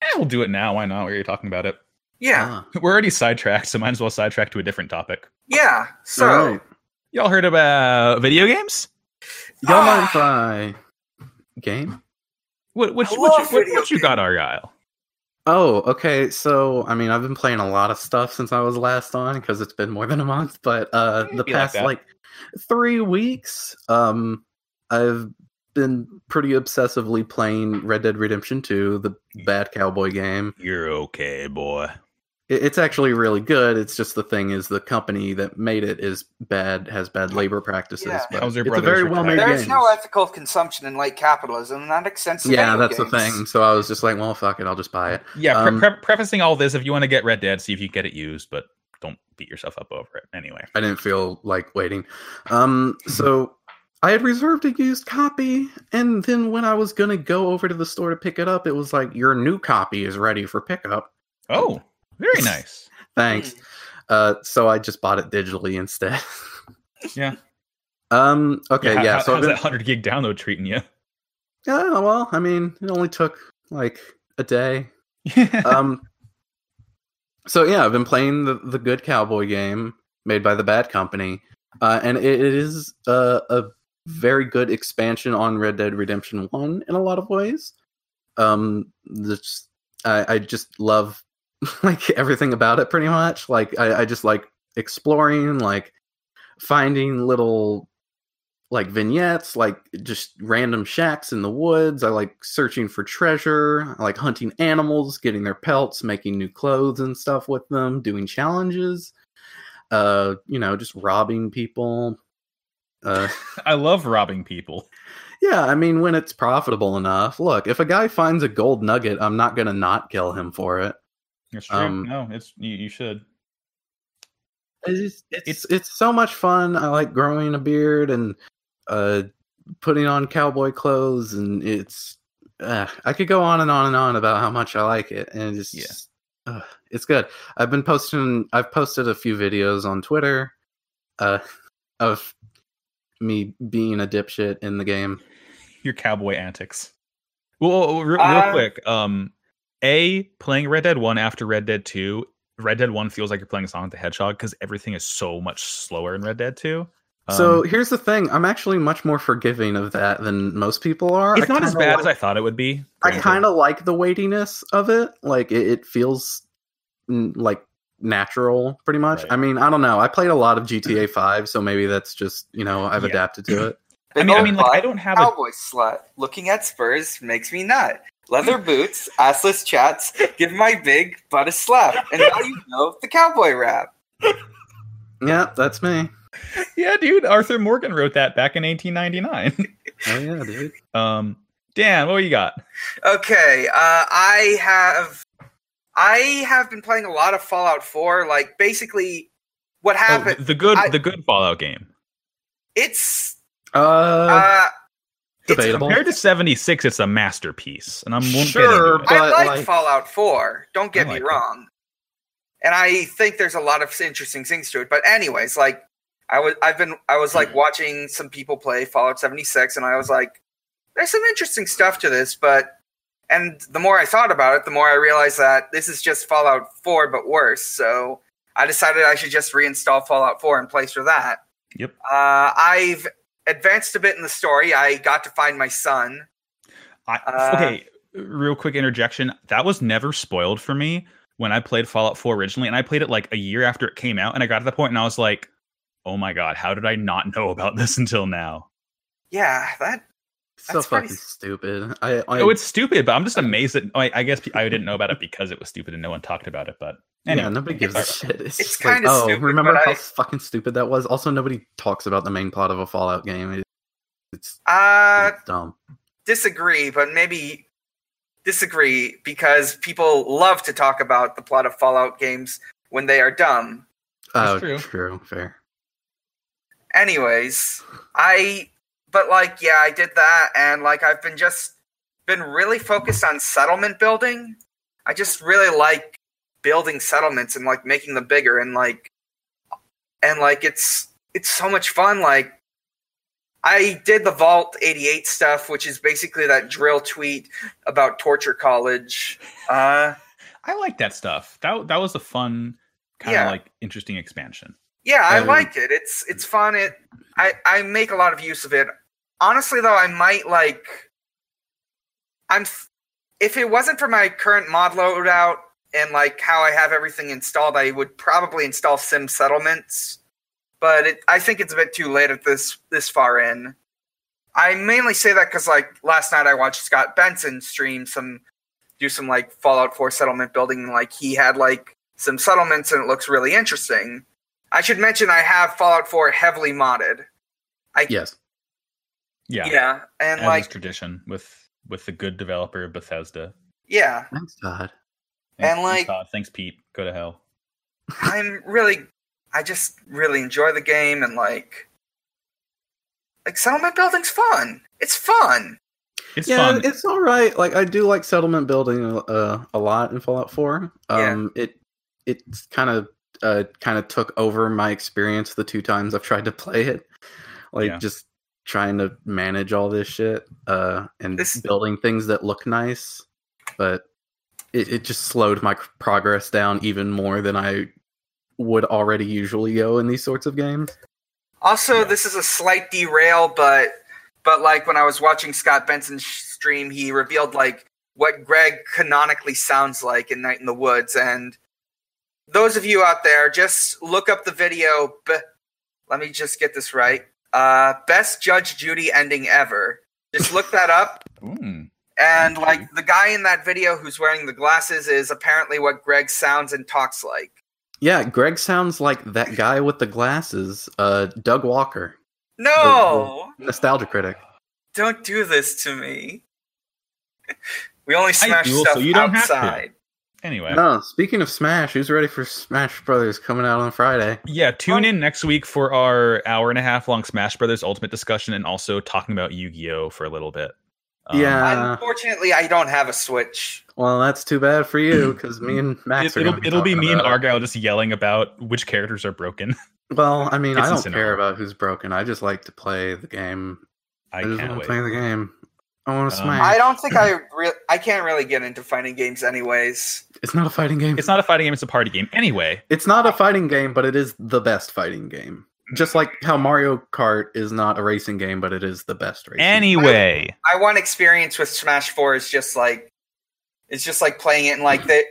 [SPEAKER 1] eh, we'll do it now. Why not? We're already talking about it.
[SPEAKER 5] Yeah,
[SPEAKER 2] Ah,
[SPEAKER 1] We're already sidetracked, so might as well sidetrack to a different topic.
[SPEAKER 5] yeah. So
[SPEAKER 2] all right.
[SPEAKER 1] Y'all heard about video games?
[SPEAKER 2] y'all
[SPEAKER 5] Ah.
[SPEAKER 2] mind if I game?
[SPEAKER 1] What what,
[SPEAKER 5] I
[SPEAKER 1] what,
[SPEAKER 5] love
[SPEAKER 1] you, what,
[SPEAKER 5] video
[SPEAKER 1] what you got, Argyle?
[SPEAKER 2] Oh, okay. So, I mean, I've been playing a lot of stuff since I was last on because it's been more than a month, but uh
[SPEAKER 1] Yeah,
[SPEAKER 2] the
[SPEAKER 1] be like
[SPEAKER 2] past
[SPEAKER 1] that.
[SPEAKER 2] like 3 weeks, um I've been pretty obsessively playing Red Dead Redemption 2, the bad cowboy game.
[SPEAKER 1] You're okay, boy.
[SPEAKER 2] It- It's actually really good. It's just the thing is the company that made it is bad has bad labor practices,
[SPEAKER 5] Yeah.
[SPEAKER 2] but
[SPEAKER 1] How's their
[SPEAKER 2] it's a
[SPEAKER 1] brothers
[SPEAKER 2] very
[SPEAKER 1] retired?
[SPEAKER 2] well-made
[SPEAKER 5] there's
[SPEAKER 2] game.
[SPEAKER 5] no ethical consumption in late capitalism, and that extends to
[SPEAKER 2] yeah,
[SPEAKER 5] video
[SPEAKER 2] that's the
[SPEAKER 5] games.
[SPEAKER 2] thing. So I was just like, well, fuck it, I'll just buy it.
[SPEAKER 1] Yeah, pre-
[SPEAKER 2] Um,
[SPEAKER 1] pre- prefacing all this, if you want to get Red Dead, see if you can get it used, but don't beat yourself up over it. Anyway,
[SPEAKER 2] I didn't feel like waiting. Um, so I had reserved a used copy, and then when I was gonna go over to the store to pick it up, it was like your new copy is ready for pickup.
[SPEAKER 1] oh, very nice. Hmm.
[SPEAKER 2] Thanks. Uh, so I just bought it digitally instead.
[SPEAKER 1] Yeah.
[SPEAKER 2] Um. Okay. Yeah.
[SPEAKER 1] how- how-
[SPEAKER 2] so I've
[SPEAKER 1] how's
[SPEAKER 2] been,
[SPEAKER 1] that hundred gig download treating you?
[SPEAKER 2] yeah. Well, I mean, it only took like a day. um so yeah i've been playing the, the good cowboy game made by the bad company uh, and it, it is uh, a very good expansion on red dead redemption 1 in a lot of ways um this, I, I just love like everything about it pretty much like I, I just like exploring like finding little like vignettes, like just random shacks in the woods. I like searching for treasure, I like hunting animals, getting their pelts, making new clothes and stuff with them, doing challenges, uh, you know, just robbing people. Uh,
[SPEAKER 1] I love robbing people.
[SPEAKER 2] yeah, I mean, when it's profitable enough, look, if a guy finds a gold nugget, I'm not gonna not kill him for it.
[SPEAKER 1] It's true.
[SPEAKER 2] Um,
[SPEAKER 1] no, it's you, you should.
[SPEAKER 2] it's, just- it's
[SPEAKER 1] It's-
[SPEAKER 2] it's so much fun. I like growing a beard and uh putting on cowboy clothes, and it's uh, I could go on and on and on about how much I like it, and it's
[SPEAKER 1] Yeah.
[SPEAKER 2] just, uh, it's good. I've been posting. I've posted a few videos on Twitter uh of me being a dipshit in the game.
[SPEAKER 1] Your cowboy antics. Well, re- real,
[SPEAKER 5] Uh,
[SPEAKER 1] quick. Um, a playing Red Dead One after Red Dead Two. Red Dead One feels like you're playing Sonic the Hedgehog because everything is so much slower in Red Dead Two. Um,
[SPEAKER 2] so here's the thing: I'm actually much more forgiving of that than most people are.
[SPEAKER 1] it's
[SPEAKER 2] I
[SPEAKER 1] not as
[SPEAKER 2] kinda
[SPEAKER 1] bad
[SPEAKER 2] like-
[SPEAKER 1] as I thought it would be.
[SPEAKER 2] I kind of like the weightiness of it. Like it, it feels mm, like natural, pretty much.
[SPEAKER 1] Right.
[SPEAKER 2] I mean, I don't know. I played a lot of GTA Five, so maybe that's just you know I've
[SPEAKER 1] Yeah.
[SPEAKER 2] adapted to it.
[SPEAKER 1] I
[SPEAKER 5] Big
[SPEAKER 1] mean, I
[SPEAKER 5] old
[SPEAKER 1] mean, like I
[SPEAKER 5] butt,
[SPEAKER 1] don't have a
[SPEAKER 5] cowboy slut. Looking at Spurs makes me nut. Leather boots, assless chats. Give my big butt a slap, and now you know the cowboy rap.
[SPEAKER 2] Yeah, that's me.
[SPEAKER 1] yeah, dude. Arthur Morgan wrote that back in 1899.
[SPEAKER 2] Oh yeah, dude.
[SPEAKER 1] um, Dan, what you got?
[SPEAKER 5] Okay, uh, I have, I have been playing a lot of Fallout Four. Like basically, what
[SPEAKER 1] Oh,
[SPEAKER 5] happened?
[SPEAKER 1] the, the good,
[SPEAKER 5] I-
[SPEAKER 1] the good Fallout game.
[SPEAKER 5] It's
[SPEAKER 2] Uh,
[SPEAKER 1] Oh.
[SPEAKER 5] uh, it's
[SPEAKER 2] debatable.
[SPEAKER 1] Compared to 76, it's a masterpiece, and I'm won't get into
[SPEAKER 2] Sure,
[SPEAKER 1] it.
[SPEAKER 2] but-
[SPEAKER 5] I like,
[SPEAKER 2] like-
[SPEAKER 5] Fallout 4. Don't get
[SPEAKER 1] I like
[SPEAKER 5] me
[SPEAKER 1] it.
[SPEAKER 5] wrong. And I think there's a lot of interesting things to it. But anyways, like I was, I've been, I was
[SPEAKER 1] Mm.
[SPEAKER 5] like watching some people play Fallout 76, and I was like, there's some interesting stuff to this. But and the more I thought about it, the more I realized that this is just Fallout 4 but worse. So I decided I should just reinstall Fallout 4 in place of that.
[SPEAKER 1] Yep.
[SPEAKER 5] Uh, I've advanced a bit in the story. I got to find my son.
[SPEAKER 1] I,
[SPEAKER 5] Uh,
[SPEAKER 1] okay, real quick interjection. That was never spoiled for me. when I played Fallout 4 originally, and I played it like a year after it came out, and I got to the point and I was like, oh my god, how did I not know about this until now?
[SPEAKER 5] Yeah, that
[SPEAKER 2] so
[SPEAKER 5] That's
[SPEAKER 2] fucking
[SPEAKER 5] pretty-
[SPEAKER 2] stupid. I, I
[SPEAKER 1] oh, it's stupid, but I'm just amazed that I, I guess I didn't know about it because it was stupid and no one talked about it. But
[SPEAKER 2] yeah,
[SPEAKER 1] anyway,
[SPEAKER 2] nobody gives a
[SPEAKER 1] it's-
[SPEAKER 2] shit. It's,
[SPEAKER 5] it's
[SPEAKER 2] just like,
[SPEAKER 5] kinda
[SPEAKER 2] oh,
[SPEAKER 5] stupid,
[SPEAKER 2] remember
[SPEAKER 5] but
[SPEAKER 2] how
[SPEAKER 5] I-
[SPEAKER 2] fucking stupid that was? Also, nobody talks about the main plot of a Fallout game. It- it's,
[SPEAKER 5] uh
[SPEAKER 2] it's dumb.
[SPEAKER 5] disagree, but maybe disagree because people love to talk about the plot of Fallout games when they are dumb.
[SPEAKER 1] that's
[SPEAKER 2] oh,
[SPEAKER 1] true.
[SPEAKER 2] true, fair.
[SPEAKER 5] Anyways, I but like yeah, I did that and like I've been just been really focused on settlement building. I just really like building settlements and like making them bigger and like and like it's it's so much fun like I did the Vault 88 stuff, which is basically that drill tweet about torture college. Uh,
[SPEAKER 1] I like that stuff. That that was a fun kind of
[SPEAKER 5] Yeah.
[SPEAKER 1] like interesting expansion.
[SPEAKER 5] yeah, I
[SPEAKER 2] Um,
[SPEAKER 5] like it. It's it's fun. It I I make a lot of use of it. Honestly, though, I might like. I'm f- if it wasn't for my current mod loadout and like how I have everything installed, I would probably install Sim Settlements. But it, I think it's a bit too late at this this far in. I mainly say that because like last night I watched Scott Benson stream some do some like Fallout 4 settlement building. And, like he had like some settlements and it looks really interesting. I should mention I have Fallout 4 heavily modded.
[SPEAKER 2] Yes.
[SPEAKER 1] Yeah,
[SPEAKER 5] Yeah, and
[SPEAKER 1] as
[SPEAKER 5] like
[SPEAKER 1] is tradition with with the good developer Bethesda.
[SPEAKER 5] yeah,
[SPEAKER 2] Thanks, Todd.
[SPEAKER 5] And,
[SPEAKER 1] Thanks,
[SPEAKER 5] like-
[SPEAKER 1] Todd. thanks Pete. Go to hell.
[SPEAKER 5] I'm really I just really enjoy the game and like like settlement building's fun. It's fun.
[SPEAKER 1] It's
[SPEAKER 2] yeah,
[SPEAKER 1] fun.
[SPEAKER 2] it's all right. Like I do like settlement building uh, a lot in Fallout Four.
[SPEAKER 5] Yeah.
[SPEAKER 2] Um, it it's kind of uh kind of took over my experience the two times I've tried to play it, like
[SPEAKER 1] Yeah.
[SPEAKER 2] just trying to manage all this shit uh and
[SPEAKER 5] This-
[SPEAKER 2] building things that look nice, but it it just slowed my progress down even more than I would already usually go in these sorts of games.
[SPEAKER 5] Also,
[SPEAKER 1] Yeah.
[SPEAKER 5] this is a slight derail, but but like when I was watching Scott Benson's stream, he revealed like what Greg canonically sounds like in Night in the Woods. And those of you out there, just look up the video. B- let me just get this right. Uh, best Judge Judy ending ever. Just look that up.
[SPEAKER 1] Mm.
[SPEAKER 5] And
[SPEAKER 1] Okay.
[SPEAKER 5] like the guy in that video who's wearing the glasses is apparently what Greg sounds and talks like.
[SPEAKER 2] Yeah, Greg sounds like that guy with the glasses, uh Doug Walker.
[SPEAKER 5] No,
[SPEAKER 2] Nostalgia critic.
[SPEAKER 5] don't do this to me. We only smash
[SPEAKER 1] do, so
[SPEAKER 5] stuff
[SPEAKER 1] you don't have to.
[SPEAKER 5] outside.
[SPEAKER 1] Anyway,
[SPEAKER 2] No, speaking of Smash, who's ready for Smash Brothers coming out on Friday?
[SPEAKER 1] yeah.
[SPEAKER 2] Um,
[SPEAKER 1] Tune in next week for our hour and a half long Smash Brothers Ultimate discussion, and also talking about Yu Gi Oh for a little bit. Um,
[SPEAKER 2] Yeah. Uh,
[SPEAKER 5] Unfortunately, I don't have a Switch.
[SPEAKER 2] Well, that's too bad for you because me and Max
[SPEAKER 1] It,
[SPEAKER 2] are
[SPEAKER 1] will
[SPEAKER 2] gonna be
[SPEAKER 1] it'll be
[SPEAKER 2] talking
[SPEAKER 1] me and
[SPEAKER 2] about it.
[SPEAKER 1] Argyle just yelling about which characters are broken.
[SPEAKER 2] Well, I mean,
[SPEAKER 1] It's
[SPEAKER 2] I don't
[SPEAKER 1] incinerated.
[SPEAKER 2] care about who's broken. I just like to play the game.
[SPEAKER 1] I
[SPEAKER 2] I, just
[SPEAKER 1] can't
[SPEAKER 2] want
[SPEAKER 1] wait.
[SPEAKER 2] to play the game. I want to
[SPEAKER 1] Um,
[SPEAKER 2] Smash.
[SPEAKER 5] I don't think I re- I can't really get into fighting games anyways.
[SPEAKER 2] it's not a fighting game.
[SPEAKER 1] It's not a fighting game; it's a party game. Anyway,
[SPEAKER 2] It's not a fighting game, but it is the best fighting game. Just like how Mario Kart is not a racing game, but it is the best racing.
[SPEAKER 1] anyway.
[SPEAKER 5] I want experience with Smash 4 is just like it's just like playing it and like that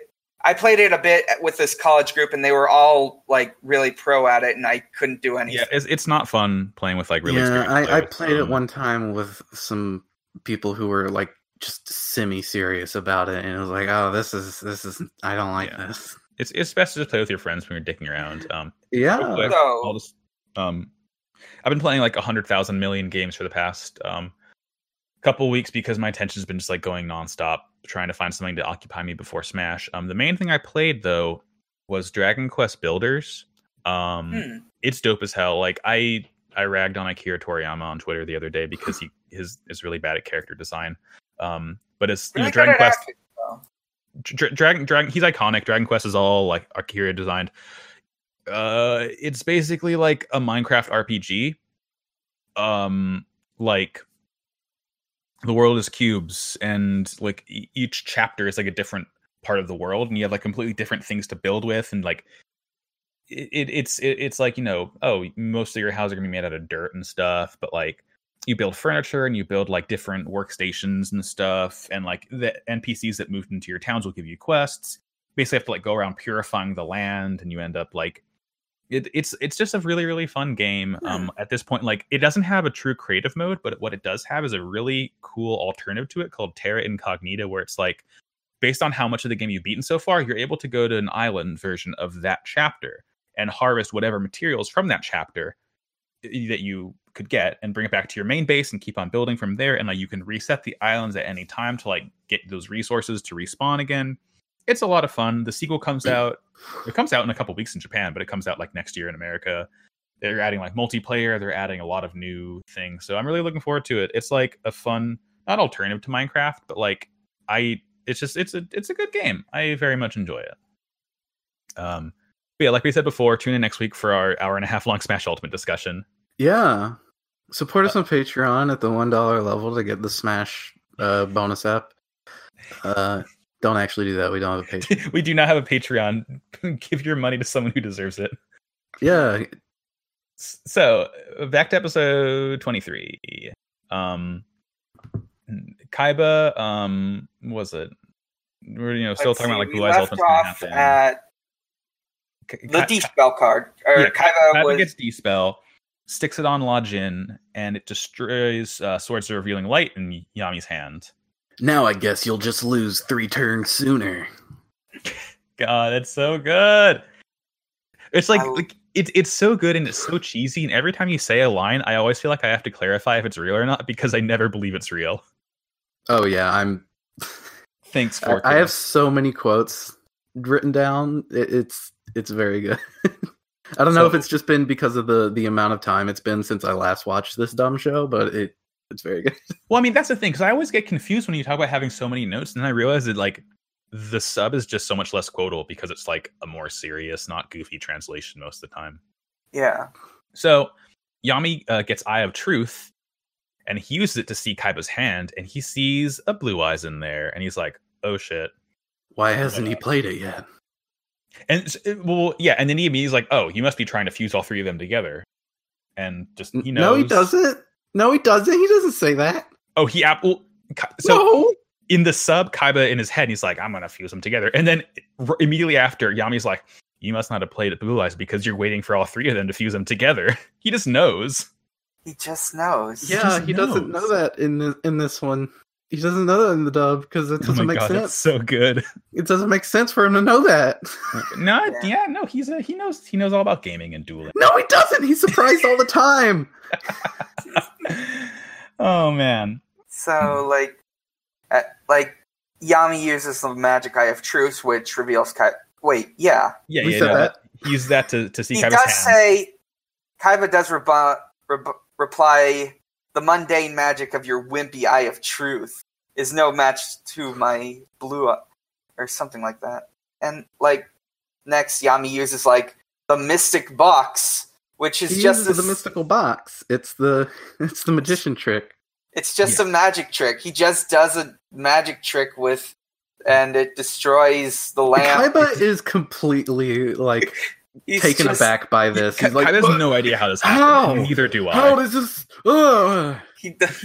[SPEAKER 5] I played it a bit with this college group and they were all like really pro at it and I couldn't do anything.
[SPEAKER 1] yeah, it's, it's not fun playing with like really.
[SPEAKER 2] yeah,
[SPEAKER 1] experienced
[SPEAKER 2] I, I
[SPEAKER 1] players.
[SPEAKER 2] played it
[SPEAKER 1] Um,
[SPEAKER 2] one time with some people who were like just semi-serious about it, and it was like, "Oh, this is this is I don't like
[SPEAKER 1] Yeah.
[SPEAKER 2] this."
[SPEAKER 1] It's it's best to just play with your friends when you're dicking around. Um, real
[SPEAKER 2] Yeah,
[SPEAKER 1] quick,
[SPEAKER 5] So-
[SPEAKER 1] I'll just, um, I've been playing like hundred thousand million games for the past um couple weeks because my attention's been just like going nonstop, trying to find something to occupy me before Smash. Um, the main thing I played though was Dragon Quest Builders. Um,
[SPEAKER 5] Hmm.
[SPEAKER 1] it's dope as hell. Like I I ragged on Akira Toriyama on Twitter the other day because he his is really bad at character design. Um, but it's you
[SPEAKER 5] Really
[SPEAKER 1] know
[SPEAKER 5] good
[SPEAKER 1] Dragon
[SPEAKER 5] at
[SPEAKER 1] Quest.
[SPEAKER 5] acting.
[SPEAKER 1] Dra- Dragon Dragon he's iconic. Dragon Quest is all like Akira designed. Uh it's basically like a Minecraft RPG. Um like the world is cubes and like e- each chapter is like a different part of the world and you have like completely different things to build with and like it, it it's it, it's like you know oh most of your houses are gonna be made out of dirt and stuff but like you build furniture and you build like different workstations and stuff and like the npcs that moved into your towns will give you quests basically have to like go around purifying the land and you end up like it, it's it's just a really really fun game um at this point like it doesn't have a true creative mode but what it does have is a really cool alternative to it called terra incognita where it's like based on how much of the game you've beaten so far you're able to go to an island version of that chapter and harvest whatever materials from that chapter i- that you could get and bring it back to your main base and keep on building from there and like you can reset the islands at any time to like get those resources to respawn again it's a lot of fun the sequel comes out it comes out in a couple weeks in Japan, but it comes out like next year in America. They're adding like multiplayer, they're adding a lot of new things. So I'm really looking forward to it. It's like a fun, not alternative to Minecraft, but like I it's just it's a it's a good game. I very much enjoy it. Um but yeah, like we said before, tune in next week for our hour and a half long Smash Ultimate discussion.
[SPEAKER 2] Yeah.
[SPEAKER 1] Uh,
[SPEAKER 2] Support us on Patreon at the one dollar level to get the Smash uh, bonus app. Uh, don't actually do that. We don't have a Patreon.
[SPEAKER 1] we do not have a Patreon. Give your money to someone who deserves it.
[SPEAKER 2] Yeah,
[SPEAKER 1] S- so uh, back to episode 23 um n- kaiba um what was it we're you know still
[SPEAKER 5] Let's
[SPEAKER 1] talking
[SPEAKER 5] see,
[SPEAKER 1] about like
[SPEAKER 5] we
[SPEAKER 1] blue eyes
[SPEAKER 5] left
[SPEAKER 1] ultimately
[SPEAKER 5] off
[SPEAKER 1] happen
[SPEAKER 5] at
[SPEAKER 1] Ka-
[SPEAKER 5] the
[SPEAKER 1] Ka-
[SPEAKER 5] D spell card, or
[SPEAKER 1] Yeah,
[SPEAKER 5] Kaiba
[SPEAKER 1] Kaiba
[SPEAKER 5] was
[SPEAKER 1] gets D spell, sticks it on Lajin, and it destroys uh, Swords of Revealing Light in Yami's hand.
[SPEAKER 2] Now I guess you'll just lose three turns sooner.
[SPEAKER 1] God, that's so good. It's like,
[SPEAKER 5] I-
[SPEAKER 1] like it, it's so good and it's so cheesy. And every time you say a line, I always feel like I have to clarify if it's real or not because I never believe it's real.
[SPEAKER 2] Oh yeah, I'm.
[SPEAKER 1] Thanks
[SPEAKER 2] I,
[SPEAKER 1] for
[SPEAKER 2] I have so many quotes written down. It, it's it's very good. I don't know if
[SPEAKER 1] So-
[SPEAKER 2] it's just been because of the the amount of time it's been since I last watched this dumb show, but it it's very good.
[SPEAKER 1] Well, I mean, that's the thing because I always get confused when you talk about having so many notes, and then I realize that like the sub is just so much less quotable because it's like a more serious, not goofy translation most of the time.
[SPEAKER 5] yeah.
[SPEAKER 1] So Yami uh, gets Eye of Truth, and he uses it to see Kaiba's hand, and he sees a blue eyes in there, and he's like, "Oh shit!"
[SPEAKER 2] Why hasn't he played it yet?
[SPEAKER 1] And s- it- well, yeah, and then he immediately is like, "Oh, you must be trying to fuse all three of them together," and just he
[SPEAKER 2] N-
[SPEAKER 1] knows.
[SPEAKER 2] No, he doesn't. No, he doesn't. He doesn't say that.
[SPEAKER 1] Oh, he app. Well, Ka- so
[SPEAKER 2] no.
[SPEAKER 1] in the sub, Kaiba in his head, he's like, I'm gonna fuse them together. And then r- immediately after, Yami's like, You must not have played at Blue Eyes because you're waiting for all three of them to fuse them together. He just knows.
[SPEAKER 5] He just knows.
[SPEAKER 2] Yeah,
[SPEAKER 1] just
[SPEAKER 2] he doesn't know
[SPEAKER 1] knows.
[SPEAKER 2] that in the, in this one. He doesn't know that in the dub because it
[SPEAKER 1] Oh
[SPEAKER 2] doesn't
[SPEAKER 1] my
[SPEAKER 2] make
[SPEAKER 1] god, that's
[SPEAKER 2] sense. Uh,
[SPEAKER 1] so good.
[SPEAKER 2] It doesn't make sense for him to know that.
[SPEAKER 1] no,
[SPEAKER 5] Yeah.
[SPEAKER 1] yeah. no, he's a he knows he knows all about gaming and dueling.
[SPEAKER 2] No, he doesn't. He's surprised all the time.
[SPEAKER 1] oh man.
[SPEAKER 5] So like, uh, like Yami uses the magic eye of truth, which reveals Kai. Wait, yeah,
[SPEAKER 1] Yeah,
[SPEAKER 2] We
[SPEAKER 1] yeah,
[SPEAKER 2] said
[SPEAKER 1] no,
[SPEAKER 2] that.
[SPEAKER 1] that- use that to, to see
[SPEAKER 5] he
[SPEAKER 1] Kaiba's
[SPEAKER 5] does
[SPEAKER 1] hand.
[SPEAKER 5] say Kaiba does rebu- rebu- reply the mundane magic of your wimpy eye of truth is no match to my blue eye, or something like that. And like next, Yami uses like the mystic box, which is
[SPEAKER 2] He
[SPEAKER 5] just
[SPEAKER 2] uses
[SPEAKER 5] this,
[SPEAKER 2] the mystical box. It's the it's the magician trick.
[SPEAKER 5] It's just a magic trick. He just does a magic trick with, and it destroys the lamp.
[SPEAKER 2] Kaiba is completely like
[SPEAKER 5] He's
[SPEAKER 2] taken
[SPEAKER 5] just-
[SPEAKER 2] aback by this.
[SPEAKER 1] Ka-
[SPEAKER 2] He's like,
[SPEAKER 1] Kaiba's
[SPEAKER 2] "What?
[SPEAKER 1] no idea how this
[SPEAKER 2] How?
[SPEAKER 1] happened. and Neither do I.
[SPEAKER 2] how does this? Ugh."
[SPEAKER 5] He does,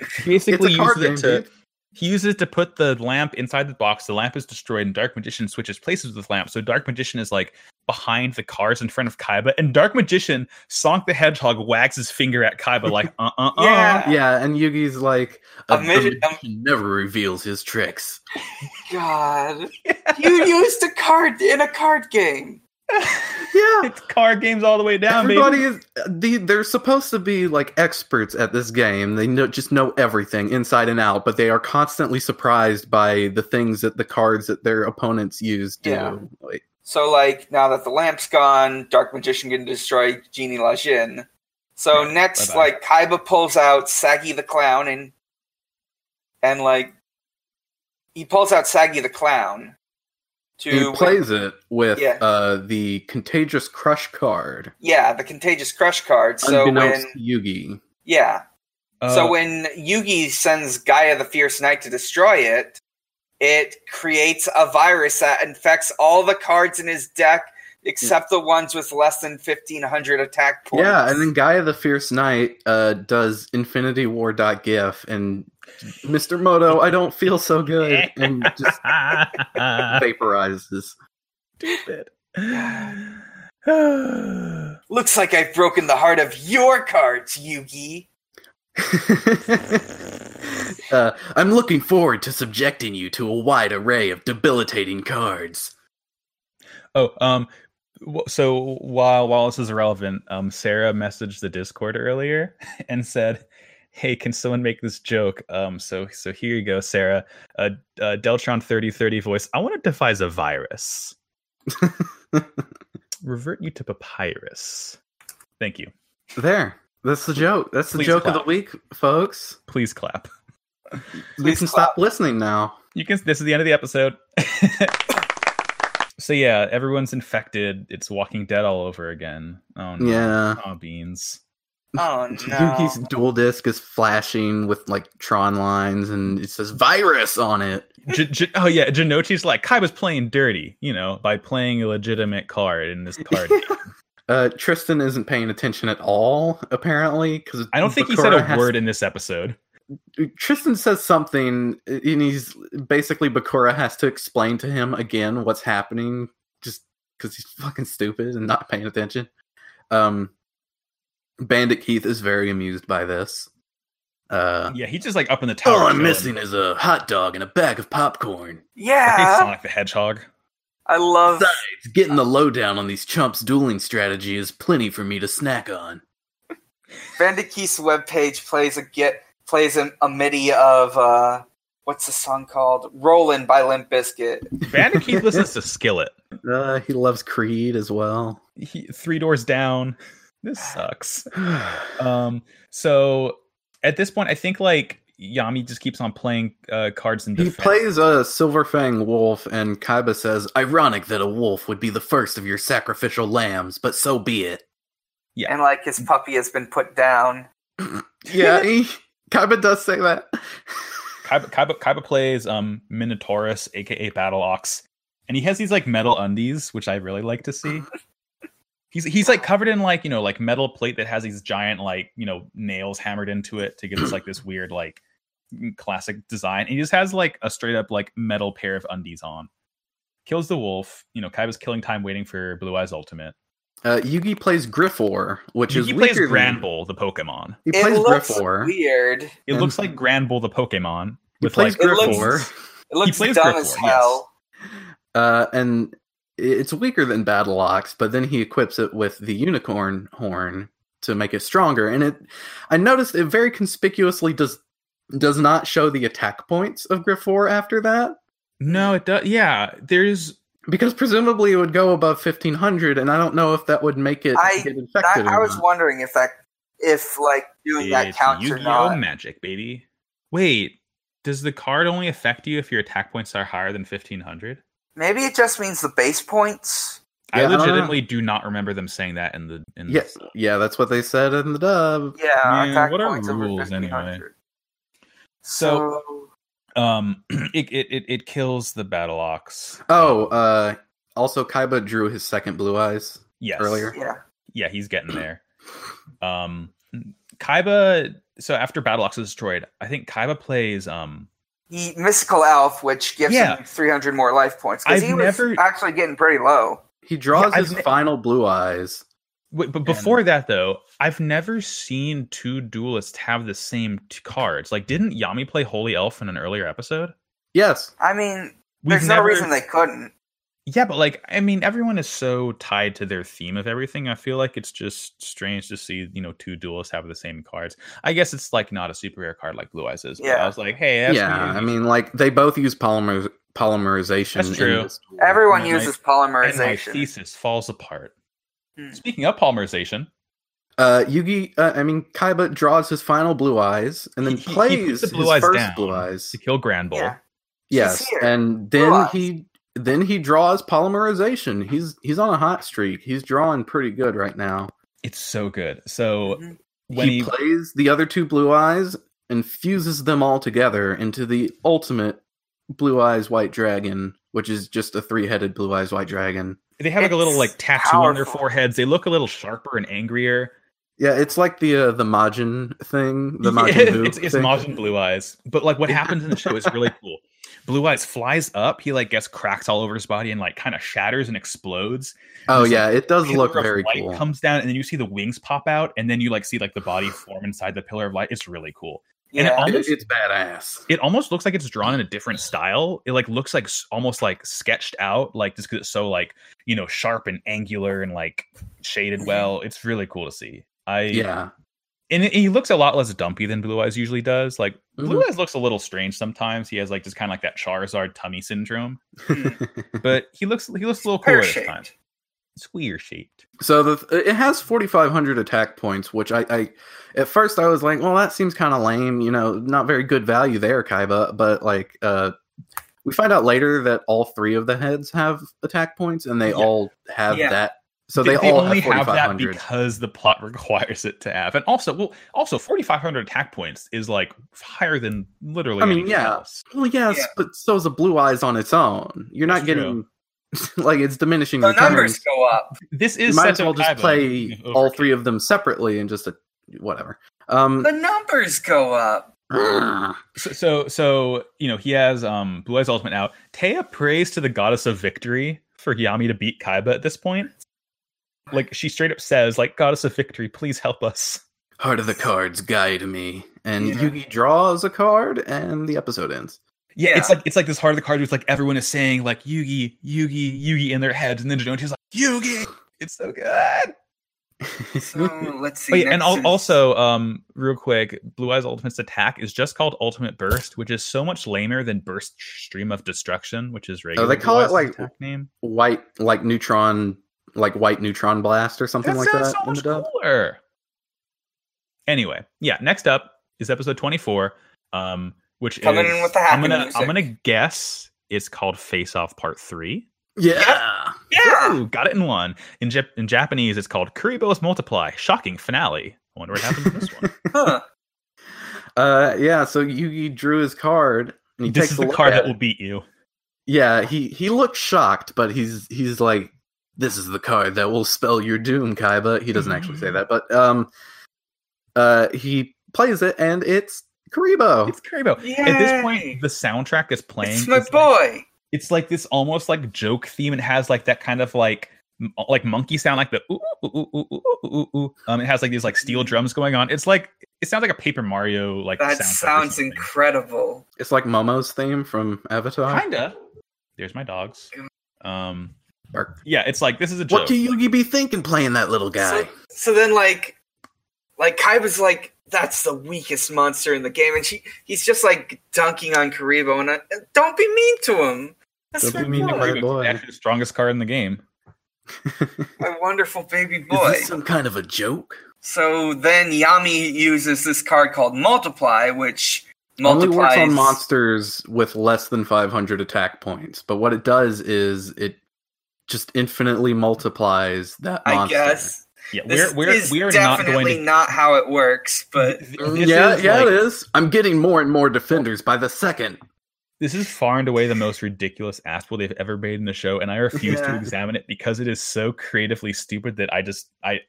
[SPEAKER 2] It's
[SPEAKER 1] basically
[SPEAKER 2] a card
[SPEAKER 1] uses
[SPEAKER 2] game.
[SPEAKER 1] it to
[SPEAKER 2] dude.
[SPEAKER 1] He uses it to put the lamp inside the box. The lamp is destroyed, and Dark Magician switches places with the lamp. So Dark Magician is like behind the cars in front of Kaiba, and Dark Magician, Sonic the Hedgehog, wags his finger at Kaiba like, uh, uh, uh.
[SPEAKER 5] Yeah.
[SPEAKER 2] Yeah, and Yugi's like,
[SPEAKER 5] A
[SPEAKER 2] "The
[SPEAKER 5] magi- um, a-
[SPEAKER 2] magician never reveals his tricks.
[SPEAKER 5] God, you used a card in a card game.
[SPEAKER 2] Yeah,
[SPEAKER 1] It's card games all the way down,
[SPEAKER 2] everybody
[SPEAKER 1] baby.
[SPEAKER 2] is. The, they're supposed to be like experts at this game. They know just know everything inside and out, but they are constantly surprised by the things that the cards that their opponents use do.
[SPEAKER 5] Yeah.
[SPEAKER 2] Like,
[SPEAKER 5] So, like, now that the lamp's gone, Dark Magician can destroy Genie Lajin. So
[SPEAKER 1] Yeah,
[SPEAKER 5] next,
[SPEAKER 1] bye-bye.
[SPEAKER 5] like, Kaiba pulls out Saggy the Clown and, and like, he pulls out Saggy the Clown to
[SPEAKER 2] he plays it with
[SPEAKER 5] Yeah.
[SPEAKER 2] uh, the contagious crush card,
[SPEAKER 5] yeah the Contagious Crush card. So
[SPEAKER 2] unbeknownst
[SPEAKER 5] when
[SPEAKER 2] to Yugi.
[SPEAKER 5] yeah,
[SPEAKER 1] Uh,
[SPEAKER 5] so when Yugi sends Gaia the Fierce Knight to destroy it, it creates a virus that infects all the cards in his deck except the ones with less than 1500 attack points.
[SPEAKER 2] Yeah, and then Guy of the Fierce Knight uh, does Infinity War dot gif and Mr. Moto, I don't feel so good, and just vaporizes.
[SPEAKER 1] Stupid.
[SPEAKER 5] looks like I've broken the heart of your cards, Yugi.
[SPEAKER 2] uh, I'm looking forward to subjecting you to a wide array of debilitating cards.
[SPEAKER 1] oh, um, wh- so while Wallace is irrelevant, um, Sarah messaged the Discord earlier and said, "Hey, can someone make this joke?" Um, so so here you go, Sarah. Uh, uh Deltron thirty thirty voice. I want to devise a virus. Revert you to papyrus. Thank you.
[SPEAKER 2] There. That's the joke. That's the
[SPEAKER 1] Please
[SPEAKER 2] joke of
[SPEAKER 1] clap.
[SPEAKER 2] the week, folks.
[SPEAKER 1] Please clap.
[SPEAKER 2] we
[SPEAKER 5] Please
[SPEAKER 2] can
[SPEAKER 5] clap.
[SPEAKER 2] stop listening now.
[SPEAKER 1] You can. This is the end of the episode. so yeah, everyone's infected. It's Walking Dead all over again. Oh no.
[SPEAKER 2] Yeah.
[SPEAKER 1] Oh beans.
[SPEAKER 5] Oh
[SPEAKER 2] Yuki's
[SPEAKER 5] no.
[SPEAKER 2] dual disc is flashing with like Tron lines and it says virus on it.
[SPEAKER 1] J- J- oh yeah, Janochi's like Kai was playing dirty, you know, by playing a legitimate card in this card.
[SPEAKER 2] Uh, Tristan isn't paying attention at all, apparently. Because
[SPEAKER 1] I don't think he said a word in this episode.
[SPEAKER 2] Tristan says something, and he's basically Bakura has to explain to him again what's happening, just because he's fucking stupid and not paying attention. Um, Bandit Keith is very amused by this. Uh,
[SPEAKER 1] Yeah, he's just like up in the tower.
[SPEAKER 2] all Oh, I'm
[SPEAKER 1] chilling.
[SPEAKER 2] missing is a hot dog and a bag of popcorn.
[SPEAKER 1] I think
[SPEAKER 5] Yeah.
[SPEAKER 1] Sonic the Hedgehog.
[SPEAKER 5] I love
[SPEAKER 2] Besides, getting the lowdown on these chumps' dueling strategy is plenty for me to snack on.
[SPEAKER 5] Vandekeith's webpage plays a get plays a, a MIDI of uh what's the song called? Rollin' by Limp Bizkit.
[SPEAKER 1] Vanderkeith listens to Skillet.
[SPEAKER 2] Uh, he loves Creed as well.
[SPEAKER 1] He, three doors down. This sucks. um so at this point i think like yami just keeps on playing uh cards in
[SPEAKER 2] He
[SPEAKER 1] defense.
[SPEAKER 2] plays a silver fang wolf, and Kaiba says, "Ironic that a wolf would be the first of your sacrificial lambs, but so be it."
[SPEAKER 1] Yeah.
[SPEAKER 5] And like his puppy has been put down.
[SPEAKER 2] Yeah, he, Kaiba does say that.
[SPEAKER 1] kaiba, kaiba, kaiba plays um minotaurus aka battle ox and he has these like metal undies which i really like to see he's he's like covered in like you know like metal plate that has these giant like you know nails hammered into it to give us like this weird like mm, classic design and he just has like a straight up like metal pair of undies on kills the wolf you know kaiba's killing time waiting for blue eyes ultimate
[SPEAKER 2] Uh, Yugi plays Griffor, which is
[SPEAKER 1] he plays
[SPEAKER 2] weaker than-
[SPEAKER 1] granbull the pokemon
[SPEAKER 2] He
[SPEAKER 5] it
[SPEAKER 2] plays
[SPEAKER 5] looks
[SPEAKER 2] Griffor.
[SPEAKER 5] weird.
[SPEAKER 1] It
[SPEAKER 2] And-
[SPEAKER 1] looks like Grand Bull the Pokemon.
[SPEAKER 2] He
[SPEAKER 1] With
[SPEAKER 2] plays
[SPEAKER 1] like,
[SPEAKER 5] It looks-
[SPEAKER 2] Griffor,
[SPEAKER 5] It looks
[SPEAKER 1] plays
[SPEAKER 5] dumb
[SPEAKER 1] Griffor,
[SPEAKER 5] as hell.
[SPEAKER 2] uh, and it's weaker than Battle Ox. But then he equips it with the unicorn horn to make it stronger. And it, I noticed it very conspicuously does does not show the attack points of Griffor after that.
[SPEAKER 1] no, it does. Yeah, there's.
[SPEAKER 2] Because presumably it would go above fifteen hundred, and I don't know if that would make it
[SPEAKER 5] I-
[SPEAKER 2] get
[SPEAKER 5] I,
[SPEAKER 2] infected.
[SPEAKER 5] I
[SPEAKER 2] or
[SPEAKER 5] was
[SPEAKER 2] not.
[SPEAKER 5] wondering if that if like doing that
[SPEAKER 1] It's
[SPEAKER 5] counts or
[SPEAKER 1] Yu-Gi-Oh!
[SPEAKER 5] not.
[SPEAKER 1] Magic, baby. Wait, does the card only affect you if your attack points are higher than fifteen hundred?
[SPEAKER 5] Maybe it just means the base points.
[SPEAKER 2] Yeah, I
[SPEAKER 1] I
[SPEAKER 2] don't know.
[SPEAKER 1] legitimately do not remember them saying that in the. In
[SPEAKER 2] Yes,
[SPEAKER 1] The,
[SPEAKER 2] yeah, that's what they said in the dub.
[SPEAKER 5] Yeah,
[SPEAKER 1] Man,
[SPEAKER 5] attack
[SPEAKER 1] what are
[SPEAKER 5] points over
[SPEAKER 1] rules anyway?
[SPEAKER 5] 1500.
[SPEAKER 1] So-
[SPEAKER 5] so
[SPEAKER 1] um, it, it it it kills the battle ox.
[SPEAKER 2] Oh, uh, also Kaiba drew his second blue eyes.
[SPEAKER 1] yes.
[SPEAKER 2] earlier.
[SPEAKER 5] yeah.
[SPEAKER 1] yeah, he's getting there. Um, Kaiba. So after battle ox is destroyed, I think Kaiba plays um
[SPEAKER 5] he mystical elf, which gives
[SPEAKER 1] Yeah.
[SPEAKER 5] him 300 more life points because
[SPEAKER 1] I've
[SPEAKER 5] he was
[SPEAKER 1] never-
[SPEAKER 5] actually getting pretty low.
[SPEAKER 2] He draws
[SPEAKER 1] Yeah,
[SPEAKER 2] his
[SPEAKER 1] I've-
[SPEAKER 2] final blue eyes.
[SPEAKER 1] Wait, but before that though, I've never seen two duelists have the same t- cards. Like, didn't Yami play Holy Elf in an earlier episode?
[SPEAKER 2] Yes,
[SPEAKER 5] I mean,
[SPEAKER 1] We've
[SPEAKER 5] there's no reason they couldn't.
[SPEAKER 1] Yeah, but like, I mean, everyone is so tied to their theme of everything. I feel like it's just strange to see, you know, two duelists have the same cards. I guess it's like not a super rare card like Blue Eyes is. But
[SPEAKER 5] Yeah.
[SPEAKER 1] I was like, hey, that's
[SPEAKER 2] yeah.
[SPEAKER 1] weird.
[SPEAKER 2] I mean, like they both use polymer polymerization.
[SPEAKER 1] That's
[SPEAKER 2] in
[SPEAKER 1] true.
[SPEAKER 2] this duel.
[SPEAKER 5] Everyone
[SPEAKER 1] my-
[SPEAKER 5] uses
[SPEAKER 1] and my
[SPEAKER 5] polymerization.
[SPEAKER 1] thesis falls apart.
[SPEAKER 5] Hmm.
[SPEAKER 1] Speaking of polymerization,
[SPEAKER 2] Uh, Yugi, uh, I mean, Kaiba draws his final blue eyes and then
[SPEAKER 1] He- he- he puts
[SPEAKER 2] plays
[SPEAKER 1] the blue
[SPEAKER 2] his
[SPEAKER 1] eyes
[SPEAKER 2] first
[SPEAKER 1] down.
[SPEAKER 2] blue eyes.
[SPEAKER 1] to kill Grand Bull.
[SPEAKER 5] Yeah.
[SPEAKER 2] Yes,
[SPEAKER 5] Sincere.
[SPEAKER 2] and
[SPEAKER 5] Blue
[SPEAKER 2] then
[SPEAKER 5] eyes.
[SPEAKER 2] he then he draws polymerization. He's he's on a hot streak. He's drawing pretty good right now.
[SPEAKER 1] It's so good. So
[SPEAKER 5] Mhm.
[SPEAKER 1] when
[SPEAKER 2] he,
[SPEAKER 1] he,
[SPEAKER 2] plays the other two blue eyes and fuses them all together into the ultimate blue eyes white dragon, which is just a three-headed blue eyes white dragon.
[SPEAKER 1] They have like a little
[SPEAKER 5] It's
[SPEAKER 1] like tattoo on their
[SPEAKER 5] powerful.
[SPEAKER 1] foreheads. They look a little sharper and angrier.
[SPEAKER 2] Yeah, it's like the uh, the Majin thing, the
[SPEAKER 1] Yeah,
[SPEAKER 2] Majin Buu
[SPEAKER 1] it's it's
[SPEAKER 2] thing.
[SPEAKER 1] Majin Blue Eyes. But like what happens in the show is really cool. Blue Eyes flies up. He like gets cracks all over his body and like kind of shatters and explodes.
[SPEAKER 2] Oh
[SPEAKER 1] It's like
[SPEAKER 2] yeah, it does
[SPEAKER 1] pillar
[SPEAKER 2] look
[SPEAKER 1] of
[SPEAKER 2] very
[SPEAKER 1] light
[SPEAKER 2] cool.
[SPEAKER 1] comes down and then you see the wings pop out and then you like see like the body form inside the pillar of light it's really cool And it
[SPEAKER 5] Yeah.
[SPEAKER 1] al-
[SPEAKER 2] It-
[SPEAKER 1] almost-
[SPEAKER 2] it's badass.
[SPEAKER 1] it almost looks like it's drawn in a different style it like looks like s- almost like sketched out like just because it's so like you know sharp and angular and like shaded well it's really cool to see i
[SPEAKER 2] Mm-hmm. Yeah,
[SPEAKER 1] and it- he looks a lot less dumpy than blue eyes usually does like blue
[SPEAKER 2] Mm-hmm.
[SPEAKER 1] eyes looks a little strange sometimes he has like just kind of like that charizard tummy syndrome
[SPEAKER 2] Hmm.
[SPEAKER 1] but he looks he looks a little cooler this
[SPEAKER 5] Pear-shaped.
[SPEAKER 1] time square shaped
[SPEAKER 2] So the it has 4,500 attack points, which I, I at first I was like, well, that seems kind of lame. You know, not very good value there, Kaiba. But like, uh, we find out later that all three of the heads have attack points, and they
[SPEAKER 1] Yeah.
[SPEAKER 2] all have
[SPEAKER 5] Yeah.
[SPEAKER 2] that. So they, all
[SPEAKER 1] only
[SPEAKER 2] have
[SPEAKER 1] have, that
[SPEAKER 2] 4,500.
[SPEAKER 1] because the plot requires it to have, and also, well, also forty five hundred attack points is like higher than literally.
[SPEAKER 2] I mean,
[SPEAKER 1] anything
[SPEAKER 2] yeah.
[SPEAKER 1] else.
[SPEAKER 2] Well, yes,
[SPEAKER 5] Yeah.
[SPEAKER 2] but so is the blue eyes on its own. You're
[SPEAKER 1] That's
[SPEAKER 2] not getting like it's
[SPEAKER 1] Hmm.
[SPEAKER 2] diminishing
[SPEAKER 5] The
[SPEAKER 2] returns.
[SPEAKER 5] numbers go up.
[SPEAKER 1] This
[SPEAKER 2] You
[SPEAKER 1] is
[SPEAKER 2] might
[SPEAKER 1] such
[SPEAKER 2] as well just play
[SPEAKER 1] Oh,
[SPEAKER 2] all three of them separately and just a, whatever. Um,
[SPEAKER 5] The numbers go up.
[SPEAKER 1] So, so, so you know, he has um Blue Eyes Ultimate out. Taya prays to the goddess of victory for Yami to beat Kaiba at this point. Like she straight up says, like goddess of victory, please help us.
[SPEAKER 2] Heart of the cards guide me. And
[SPEAKER 5] Yeah.
[SPEAKER 2] Yugi draws a card and the episode ends.
[SPEAKER 1] Yeah, it's
[SPEAKER 5] Yeah.
[SPEAKER 1] like it's like this heart of the card. It's like everyone is saying like Yugi, Yugi, Yugi in their heads, and then Jonti's like Yugi. It's so good.
[SPEAKER 5] So let's see.
[SPEAKER 1] Oh, yeah, and
[SPEAKER 5] next
[SPEAKER 1] al-
[SPEAKER 5] is-
[SPEAKER 1] also, um, real quick, Blue Eyes Ultimate's attack is just called Ultimate Burst, which is so much lamer than Burst Stream of Destruction, which is regular.
[SPEAKER 2] Oh, they
[SPEAKER 1] Blue
[SPEAKER 2] call it,
[SPEAKER 1] Eyes'
[SPEAKER 2] like,
[SPEAKER 1] attack name.
[SPEAKER 2] white like neutron like white neutron blast or something
[SPEAKER 1] That
[SPEAKER 2] like
[SPEAKER 1] sounds
[SPEAKER 2] that
[SPEAKER 1] so
[SPEAKER 2] in the
[SPEAKER 1] much
[SPEAKER 2] dub.
[SPEAKER 1] cooler. Anyway, yeah. Next up is episode twenty-four, um, which
[SPEAKER 5] Coming
[SPEAKER 1] is
[SPEAKER 5] in with the
[SPEAKER 1] I'm
[SPEAKER 5] happy
[SPEAKER 1] gonna
[SPEAKER 5] music.
[SPEAKER 1] I'm gonna guess it's called Face Off Part Three.
[SPEAKER 2] Yeah.
[SPEAKER 5] yeah,
[SPEAKER 1] Ooh, got it in one. In Jap- in Japanese, it's called Kuribo's Multiply. Shocking finale. I wonder what happens in this one.
[SPEAKER 5] huh.
[SPEAKER 2] Uh yeah, so Yugi drew his card and he
[SPEAKER 1] this
[SPEAKER 2] takes
[SPEAKER 1] is
[SPEAKER 2] a
[SPEAKER 1] the
[SPEAKER 2] look
[SPEAKER 1] card
[SPEAKER 2] at
[SPEAKER 1] that
[SPEAKER 2] it.
[SPEAKER 1] will beat you.
[SPEAKER 2] Yeah, he he looks shocked, but he's he's like this is the card that will spell your doom, Kaiba. He doesn't actually
[SPEAKER 5] Mm-hmm.
[SPEAKER 2] say that, but um uh he plays it and it's Karibo.
[SPEAKER 1] It's Kuribo. At this point, the soundtrack is playing.
[SPEAKER 5] it's my
[SPEAKER 1] is like-
[SPEAKER 5] boy.
[SPEAKER 1] it's like this almost like joke theme. It has like that kind of like m- like monkey sound, like the ooh ooh ooh ooh ooh ooh. ooh, ooh. Um, it has like these like steel drums going on. It's like it sounds like a Paper Mario like.
[SPEAKER 5] Mm-hmm. That
[SPEAKER 1] soundtrack or
[SPEAKER 5] sounds
[SPEAKER 1] something.
[SPEAKER 5] incredible.
[SPEAKER 2] It's like Momo's theme from Avatar.
[SPEAKER 1] Kinda. There's my dogs. Um.
[SPEAKER 2] Bark.
[SPEAKER 1] Yeah, it's like this is a joke.
[SPEAKER 2] What do Yugi be thinking playing that little guy?
[SPEAKER 5] So then, like, like Kaiba's like, "That's the weakest monster in the game," and she, he's just like dunking on Karibo, and I, don't be mean to him. That's
[SPEAKER 2] Don't
[SPEAKER 5] my
[SPEAKER 2] be mean to
[SPEAKER 5] boy,
[SPEAKER 2] Karibo. boy.
[SPEAKER 1] Actually, the strongest card in the game.
[SPEAKER 5] my wonderful baby
[SPEAKER 2] Is
[SPEAKER 5] boy.
[SPEAKER 2] this some kind of a joke?
[SPEAKER 5] So then Yami uses this card called Multiply, which multiplies
[SPEAKER 2] Only works on monsters with less than 500 attack points. But what it does is it just infinitely multiplies that
[SPEAKER 5] I
[SPEAKER 2] monster.
[SPEAKER 5] guess
[SPEAKER 1] Yeah,
[SPEAKER 5] this
[SPEAKER 1] we're we're
[SPEAKER 5] is
[SPEAKER 1] we're not
[SPEAKER 5] definitely
[SPEAKER 1] going to.
[SPEAKER 5] how it works, but
[SPEAKER 1] th-
[SPEAKER 2] Mm,
[SPEAKER 1] this
[SPEAKER 2] yeah,
[SPEAKER 1] is,
[SPEAKER 2] yeah,
[SPEAKER 1] like-
[SPEAKER 2] it is. I'm getting more and more defenders by the second.
[SPEAKER 1] This is far and away the most ridiculous aspel they've ever made in the show, and I refuse to
[SPEAKER 5] Yeah.
[SPEAKER 1] examine it because it is so creatively stupid that I just I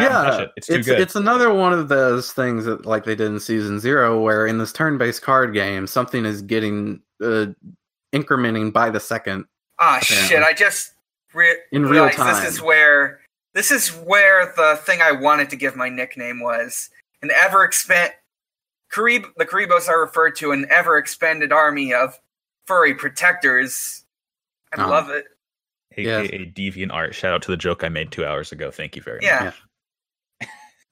[SPEAKER 1] Yeah.
[SPEAKER 2] Yeah,
[SPEAKER 1] touch it. It's too good.
[SPEAKER 2] it's another one of those things that, like they did in season zero, where in this turn-based card game, something is getting uh, incrementing by the second.
[SPEAKER 5] ah
[SPEAKER 2] Apparently.
[SPEAKER 5] shit, I just re-
[SPEAKER 2] In real
[SPEAKER 5] realized
[SPEAKER 2] time.
[SPEAKER 5] this is where this is where the thing I wanted to give my nickname was an ever expand. Karib- the Karibos are referred to an ever expanded army of furry protectors. I
[SPEAKER 2] Oh.
[SPEAKER 5] love it.
[SPEAKER 2] Yeah.
[SPEAKER 1] aka deviant art. Shout out to the joke I made two hours ago. Thank you very much.
[SPEAKER 5] Yeah,
[SPEAKER 2] Yeah.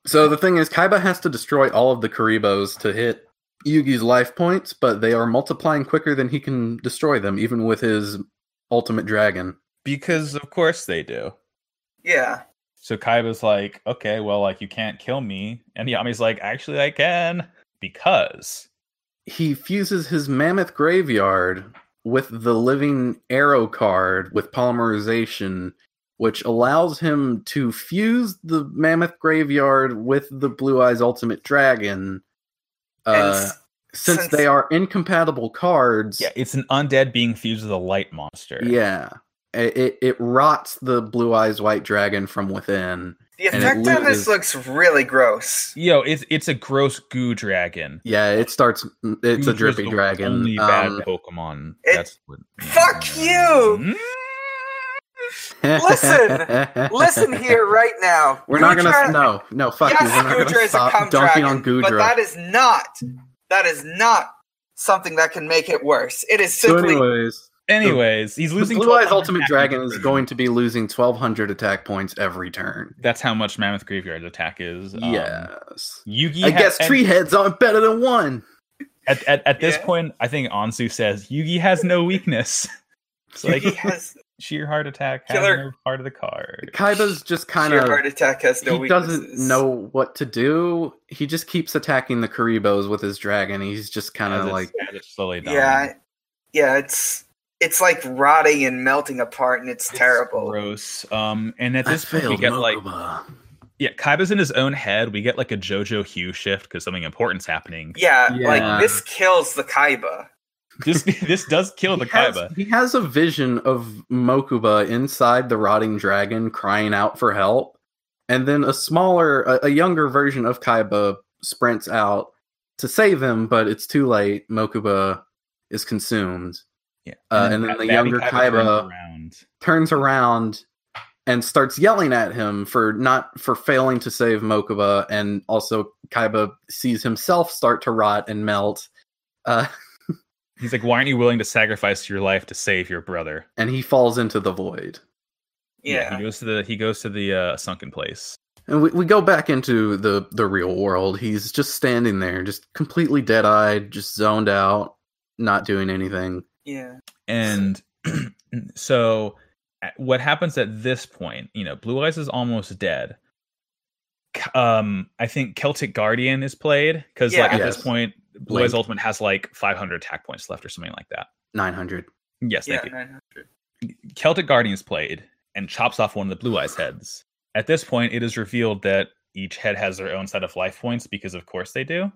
[SPEAKER 2] So the thing is, Kaiba has to destroy all of the Karibos to hit Yugi's life points, but they are multiplying quicker than he can destroy them, even with his ultimate dragon.
[SPEAKER 1] Because of course they do.
[SPEAKER 5] yeah.
[SPEAKER 1] So Kaiba's like, okay, well, like you can't kill me, and Yami's like, actually, I can because
[SPEAKER 2] He fuses his mammoth graveyard with the living arrow card with polymerization, which allows him to fuse the mammoth graveyard with the blue eyes ultimate dragon.
[SPEAKER 5] And
[SPEAKER 2] Uh,
[SPEAKER 5] s-
[SPEAKER 2] since,
[SPEAKER 5] Since-
[SPEAKER 2] they are incompatible cards.
[SPEAKER 1] Yeah, it's an undead being fused with a light monster.
[SPEAKER 2] yeah, i- It it rots the blue eyes white dragon from within.
[SPEAKER 5] The
[SPEAKER 2] And it
[SPEAKER 5] effect
[SPEAKER 2] loses-
[SPEAKER 5] on this looks really gross.
[SPEAKER 1] Yo, it's it's a gross goo dragon.
[SPEAKER 2] Yeah, it starts. It's a
[SPEAKER 1] Goodra's
[SPEAKER 2] drippy
[SPEAKER 1] the
[SPEAKER 2] dragon.
[SPEAKER 1] Only bad
[SPEAKER 2] Um,
[SPEAKER 1] Pokemon.
[SPEAKER 5] It-
[SPEAKER 1] That's what,
[SPEAKER 5] Fuck you!
[SPEAKER 1] Mm.
[SPEAKER 5] Listen, Listen here right now.
[SPEAKER 2] We're not gonna
[SPEAKER 5] Gudra-
[SPEAKER 2] no no fuck you. We're
[SPEAKER 5] Yes,
[SPEAKER 2] not gonna
[SPEAKER 5] Gudra is a cum
[SPEAKER 2] stop dunking
[SPEAKER 5] dragon,
[SPEAKER 2] on Gudra.
[SPEAKER 5] but that is not that is not something that can make it worse. It is
[SPEAKER 2] so,
[SPEAKER 5] simply
[SPEAKER 2] anyways,
[SPEAKER 1] Anyways, he's
[SPEAKER 2] the
[SPEAKER 1] losing.
[SPEAKER 2] Blue Eyes
[SPEAKER 1] 1200
[SPEAKER 2] Ultimate
[SPEAKER 1] attack
[SPEAKER 2] Dragon
[SPEAKER 1] points.
[SPEAKER 2] is going to be losing 1,200 attack points every turn.
[SPEAKER 1] That's how much Mammoth Graveyard's attack is. Um,
[SPEAKER 2] yes,
[SPEAKER 1] Yugi.
[SPEAKER 2] I
[SPEAKER 1] ha-
[SPEAKER 2] guess
[SPEAKER 1] and
[SPEAKER 2] tree heads aren't better than one.
[SPEAKER 1] At, at, at this
[SPEAKER 5] Yeah.
[SPEAKER 1] point, I think Ansu says Yugi has no weakness. it's like
[SPEAKER 5] he has
[SPEAKER 1] sheer heart attack.
[SPEAKER 5] Killer.
[SPEAKER 1] Has no part of the card.
[SPEAKER 2] Kaiba's just kind
[SPEAKER 5] sheer heart
[SPEAKER 2] of
[SPEAKER 5] attack has no
[SPEAKER 2] he
[SPEAKER 5] weaknesses.
[SPEAKER 2] doesn't know what to do. He just keeps attacking the Karibos with his dragon. He's just kind
[SPEAKER 1] As
[SPEAKER 2] of
[SPEAKER 1] it's-
[SPEAKER 2] like
[SPEAKER 1] as it's slowly dying.
[SPEAKER 5] Yeah, yeah, it's it's like rotting and melting apart, and it's,
[SPEAKER 1] It's
[SPEAKER 5] terrible.
[SPEAKER 1] gross. Um, and at
[SPEAKER 2] I
[SPEAKER 1] this point, we
[SPEAKER 2] failed
[SPEAKER 1] get like
[SPEAKER 2] Mokuba.
[SPEAKER 1] yeah, Kaiba's in his own head. We get like a JoJo Hue shift because something important's happening.
[SPEAKER 5] Yeah,
[SPEAKER 2] Yeah.
[SPEAKER 5] like this kills the Kaiba.
[SPEAKER 1] This this does kill Oh, the
[SPEAKER 2] he has,
[SPEAKER 1] Kaiba.
[SPEAKER 2] he has a vision of Mokuba inside the rotting dragon crying out for help. And then a smaller, a, a younger version of Kaiba sprints out to save him, but it's too late. Mokuba is consumed,
[SPEAKER 1] Yeah,
[SPEAKER 2] Uh, and then
[SPEAKER 1] Ba-
[SPEAKER 2] the
[SPEAKER 1] Babby
[SPEAKER 2] younger Kaiba-
[SPEAKER 1] turns around.
[SPEAKER 2] turns around, and starts yelling at him for not for failing to save Mokuba. And also, Kaiba sees himself start to rot and melt. Uh,
[SPEAKER 1] He's like, "Why aren't you willing to sacrifice your life to save your brother?"
[SPEAKER 2] and he falls into the void.
[SPEAKER 5] Yeah,
[SPEAKER 1] he goes to the he goes to the uh, sunken place.
[SPEAKER 2] And we, we go back into the the real world. He's just standing there, just completely dead eyed, just zoned out, not doing anything.
[SPEAKER 5] yeah.
[SPEAKER 1] And so, at- what happens at this point? You know, Blue Eyes is almost dead. K- Um, I think Celtic Guardian is played because, like,
[SPEAKER 5] Yeah.
[SPEAKER 1] at this
[SPEAKER 2] Yes.
[SPEAKER 1] point, Blue
[SPEAKER 2] Link.
[SPEAKER 1] Eyes Ultimate has like 500 attack points left or something like that.
[SPEAKER 2] Nine hundred.
[SPEAKER 1] Yes,
[SPEAKER 5] yeah
[SPEAKER 1] thank you.
[SPEAKER 5] 900.
[SPEAKER 1] Celtic Guardian is played and chops off one of the Blue Eyes heads. At this point, it is revealed that each head has their own set of life points because, of course, they do.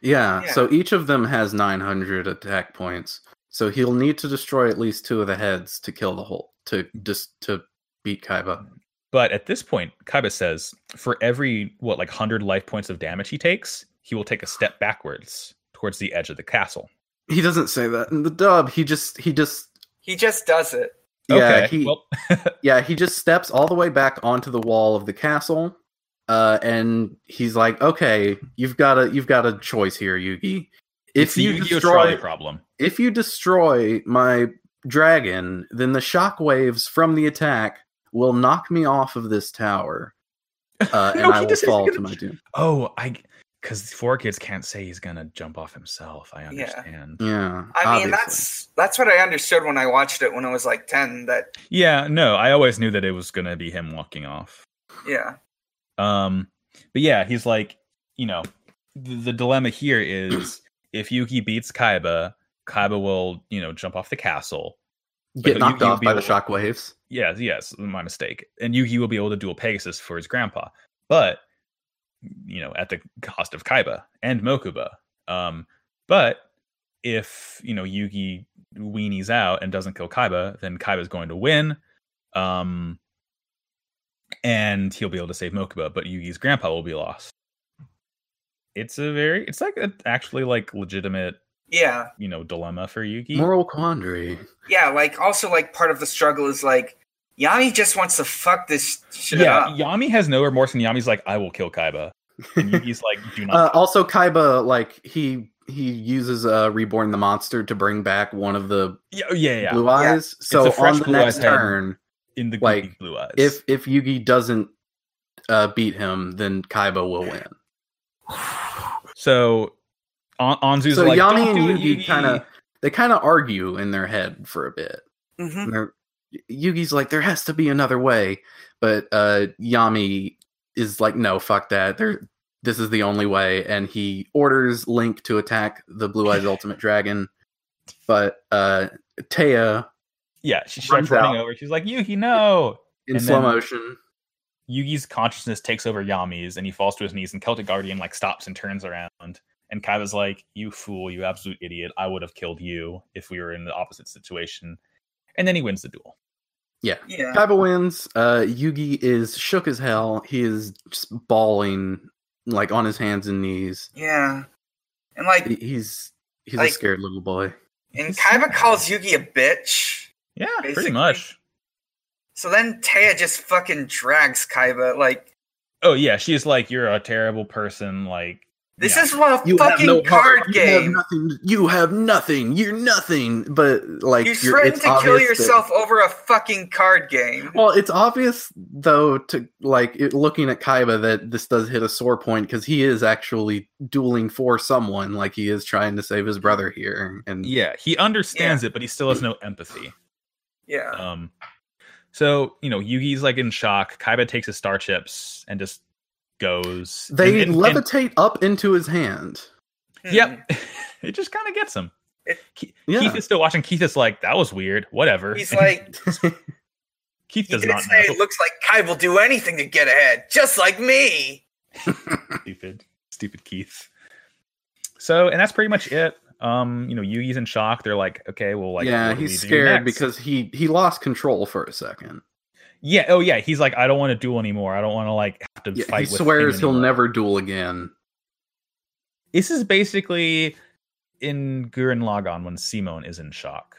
[SPEAKER 2] Yeah,
[SPEAKER 5] Yeah.
[SPEAKER 2] So each of them has nine hundred attack points. So he'll need to destroy at least two of the heads to kill the whole to just to beat Kaiba.
[SPEAKER 1] But at this point, Kaiba says for every what like 100 life points of damage he takes, he will take a step backwards towards the edge of the castle.
[SPEAKER 2] He doesn't say that in the dub. He just he just
[SPEAKER 5] He just does it.
[SPEAKER 2] yeah
[SPEAKER 1] okay.
[SPEAKER 2] he
[SPEAKER 1] well,
[SPEAKER 2] yeah he just steps all the way back onto the wall of the castle uh and he's like okay you've got a you've got a choice here yugi if
[SPEAKER 1] it's
[SPEAKER 2] you
[SPEAKER 1] the Yu-Gi-Oh! trolley
[SPEAKER 2] destroy
[SPEAKER 1] problem.
[SPEAKER 2] if you destroy my dragon then the shockwaves from the attack will knock me off of this tower uh, and
[SPEAKER 1] No,
[SPEAKER 2] i
[SPEAKER 1] he
[SPEAKER 2] will
[SPEAKER 1] just says he's
[SPEAKER 2] fall to
[SPEAKER 1] gonna
[SPEAKER 2] my doom
[SPEAKER 1] Oh, I because four kids can't say he's gonna jump off himself. I understand.
[SPEAKER 2] yeah
[SPEAKER 5] I
[SPEAKER 2] obviously.
[SPEAKER 5] mean, that's that's what I understood when I watched it when I was like ten. That
[SPEAKER 1] yeah, no, I always knew that it was gonna be him walking off.
[SPEAKER 5] yeah,
[SPEAKER 1] Um, but yeah, he's like, you know, the, the dilemma here is if Yuki beats Kaiba, Kaiba will, you know, jump off the castle.
[SPEAKER 2] get
[SPEAKER 1] but
[SPEAKER 2] knocked
[SPEAKER 1] Yugi will
[SPEAKER 2] off
[SPEAKER 1] be
[SPEAKER 2] by the
[SPEAKER 1] able-
[SPEAKER 2] shockwaves
[SPEAKER 1] Yes, yes, my mistake. And Yugi will be able to duel Pegasus for his grandpa, but you know, at the cost of Kaiba and Mokuba. Um, but if you know Yugi weenies out and doesn't kill Kaiba, then Kaiba's going to win. Um, and he'll be able to save Mokuba, but Yugi's grandpa will be lost. It's a very, it's like a, actually like legitimate,
[SPEAKER 5] yeah,
[SPEAKER 1] you know, dilemma for Yugi.
[SPEAKER 2] moral quandary
[SPEAKER 5] yeah. Like also like part of the struggle is like Yami just wants to fuck this shit
[SPEAKER 1] yeah,
[SPEAKER 5] up.
[SPEAKER 1] Yami has no remorse, and Yami's like, "I will kill Kaiba." And Yugi's like, "Do not."
[SPEAKER 2] Uh, also, Kaiba like he he uses uh, reborn the monster to bring back one of the
[SPEAKER 1] yeah, yeah, yeah.
[SPEAKER 2] blue eyes. So
[SPEAKER 1] a fresh
[SPEAKER 2] on the
[SPEAKER 1] Blue
[SPEAKER 2] next
[SPEAKER 1] Eyes head.
[SPEAKER 2] turn,
[SPEAKER 1] in the
[SPEAKER 2] like,
[SPEAKER 1] goopy blue eyes.
[SPEAKER 2] if if Yugi doesn't uh, beat him, then Kaiba will win.
[SPEAKER 1] so, An- Anzu's
[SPEAKER 2] so
[SPEAKER 1] like,
[SPEAKER 2] Yami
[SPEAKER 1] "Don't
[SPEAKER 2] and
[SPEAKER 1] do it,
[SPEAKER 2] Yugi
[SPEAKER 1] Yugi."
[SPEAKER 2] kind of they kind of argue in their head for a bit.
[SPEAKER 5] Mhm.
[SPEAKER 2] And they're- Yugi's like, there has to be another way, but uh, Yami is like, no, fuck that. There, this is the only way, and he orders Link to attack the Blue Eyes Ultimate Dragon, but uh, Taya
[SPEAKER 1] yeah, she starts
[SPEAKER 2] runs
[SPEAKER 1] running
[SPEAKER 2] out.
[SPEAKER 1] over. She's like, "Yugi, no!"
[SPEAKER 2] in
[SPEAKER 1] And
[SPEAKER 2] slow
[SPEAKER 1] then-
[SPEAKER 2] motion.
[SPEAKER 1] Yugi's consciousness takes over Yami's, and he falls to his knees. And Celtic Guardian like stops and turns around, And Kaiba's like, "You fool! You absolute idiot! I would have killed you if we were in the opposite situation." And then he wins the duel.
[SPEAKER 2] Yeah.
[SPEAKER 5] Yeah.
[SPEAKER 2] Kaiba wins. Uh, Yugi is shook as hell. He is just bawling, like on his hands and knees.
[SPEAKER 5] Yeah. And like
[SPEAKER 2] He- He's he's a
[SPEAKER 5] Like-
[SPEAKER 2] scared little boy.
[SPEAKER 5] and Kaiba calls Yugi a bitch.
[SPEAKER 1] Yeah, pretty
[SPEAKER 5] Basically.
[SPEAKER 1] much.
[SPEAKER 5] So then Taya just fucking drags Kaiba. Like
[SPEAKER 1] Oh yeah, she's like, "You're a terrible person." Like
[SPEAKER 5] this
[SPEAKER 1] Yeah.
[SPEAKER 5] is a
[SPEAKER 2] You have
[SPEAKER 5] fucking
[SPEAKER 2] no
[SPEAKER 5] card
[SPEAKER 2] heart. You have
[SPEAKER 5] game.
[SPEAKER 2] nothing. You have nothing. You're nothing. But like
[SPEAKER 5] You
[SPEAKER 2] you're-
[SPEAKER 5] threatened
[SPEAKER 2] it's
[SPEAKER 5] to kill
[SPEAKER 2] obvious that-
[SPEAKER 5] yourself over a fucking card game.
[SPEAKER 2] Well, it's obvious though to like it, looking at Kaiba that this does hit a sore point because he is actually dueling for someone. Like he is trying to save his brother here, and
[SPEAKER 1] Yeah, he understands it, but he still has no empathy.
[SPEAKER 5] Yeah.
[SPEAKER 2] uh,
[SPEAKER 1] Um, so you know, Yugi's like in shock. Kaiba takes his star chips and just goes.
[SPEAKER 2] they
[SPEAKER 1] and- and- and-
[SPEAKER 2] levitate up into his hand.
[SPEAKER 5] Hmm.
[SPEAKER 1] Yep, it just kind of gets him.
[SPEAKER 5] It-
[SPEAKER 1] Ke-
[SPEAKER 2] Yeah.
[SPEAKER 1] Keith is still watching. Keith is like, "That was weird. Whatever."
[SPEAKER 5] He's
[SPEAKER 1] And
[SPEAKER 5] like,
[SPEAKER 1] Keith
[SPEAKER 5] he
[SPEAKER 1] does
[SPEAKER 5] didn't
[SPEAKER 1] not
[SPEAKER 5] say it
[SPEAKER 1] know.
[SPEAKER 5] looks like Kai will do anything to get ahead, just like me.
[SPEAKER 1] Stupid, stupid Keith. So, and that's pretty much it. Um, you know, Yugi's in shock. They're like, "Okay, well, like,
[SPEAKER 2] yeah,
[SPEAKER 1] what do
[SPEAKER 2] he's
[SPEAKER 1] we do
[SPEAKER 2] scared
[SPEAKER 1] next?"
[SPEAKER 2] because he he lost control for a second.
[SPEAKER 1] yeah, oh yeah, he's like, "I don't want to duel anymore. I don't want to like have to
[SPEAKER 2] Yeah,
[SPEAKER 1] fight."
[SPEAKER 2] he
[SPEAKER 1] with him
[SPEAKER 2] swears he'll
[SPEAKER 1] anymore."
[SPEAKER 2] never duel again.
[SPEAKER 1] This is basically in Gurren Lagann when Simone is in shock.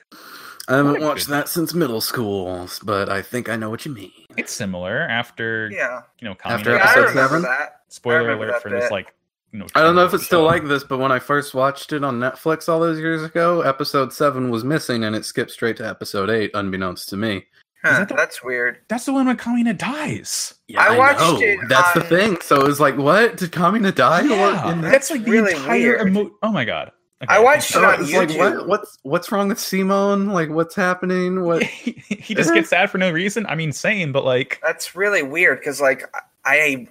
[SPEAKER 2] I haven't
[SPEAKER 1] my
[SPEAKER 2] watched that since middle school, but I think I know what you mean.
[SPEAKER 1] It's similar after
[SPEAKER 5] Yeah.
[SPEAKER 1] you know after
[SPEAKER 2] After
[SPEAKER 5] yeah I
[SPEAKER 2] episode
[SPEAKER 5] remember
[SPEAKER 2] seven?
[SPEAKER 5] that.
[SPEAKER 1] Spoiler
[SPEAKER 5] remember
[SPEAKER 1] alert
[SPEAKER 5] that
[SPEAKER 1] for
[SPEAKER 5] bit.
[SPEAKER 1] this like you know.
[SPEAKER 2] I don't know if
[SPEAKER 1] show.
[SPEAKER 2] it's still like this, but when I first watched it on Netflix all those years ago, episode seven was missing and it skipped straight to episode eight, unbeknownst to me.
[SPEAKER 5] Huh,
[SPEAKER 1] that the-
[SPEAKER 5] That's weird.
[SPEAKER 1] That's the one when Kamina dies.
[SPEAKER 2] Yeah,
[SPEAKER 5] I watched it
[SPEAKER 2] That's the
[SPEAKER 5] on-
[SPEAKER 2] thing. So it was like, what? Did Kamina die? What- in that-
[SPEAKER 1] that's like the
[SPEAKER 5] really
[SPEAKER 1] entire
[SPEAKER 5] weird.
[SPEAKER 1] emo- Oh my god! Okay,
[SPEAKER 5] I watched
[SPEAKER 1] think-
[SPEAKER 2] So
[SPEAKER 5] on
[SPEAKER 2] it's Oh, like,
[SPEAKER 5] YouTube.
[SPEAKER 2] what, what's what's wrong with Simone? Like, what's happening? What?
[SPEAKER 1] he, he just gets sad for no reason. I mean, same, but like,
[SPEAKER 5] That's really weird because, like, I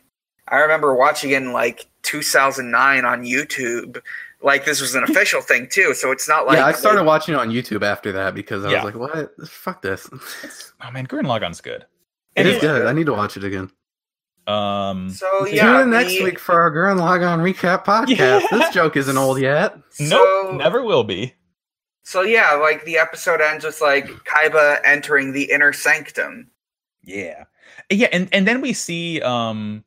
[SPEAKER 5] I remember watching it in like 2009 on YouTube. Like, this was an official thing too, so it's not like
[SPEAKER 2] yeah, I started watching it on YouTube after that because I
[SPEAKER 1] Yeah.
[SPEAKER 2] was like, what? Fuck this.
[SPEAKER 1] oh man, Gurren Lagann's good.
[SPEAKER 2] It is
[SPEAKER 5] Anyway.
[SPEAKER 2] good. I need to watch it again.
[SPEAKER 1] Um,
[SPEAKER 5] So Oh, yeah,
[SPEAKER 2] Tune in next
[SPEAKER 5] the-
[SPEAKER 2] week for our Gurren Lagann recap podcast. This joke isn't old yet.
[SPEAKER 1] nope,
[SPEAKER 5] so-
[SPEAKER 1] never will be.
[SPEAKER 5] So yeah, like the episode ends with like Kaiba entering the inner sanctum.
[SPEAKER 1] Yeah, yeah, and and then we see um,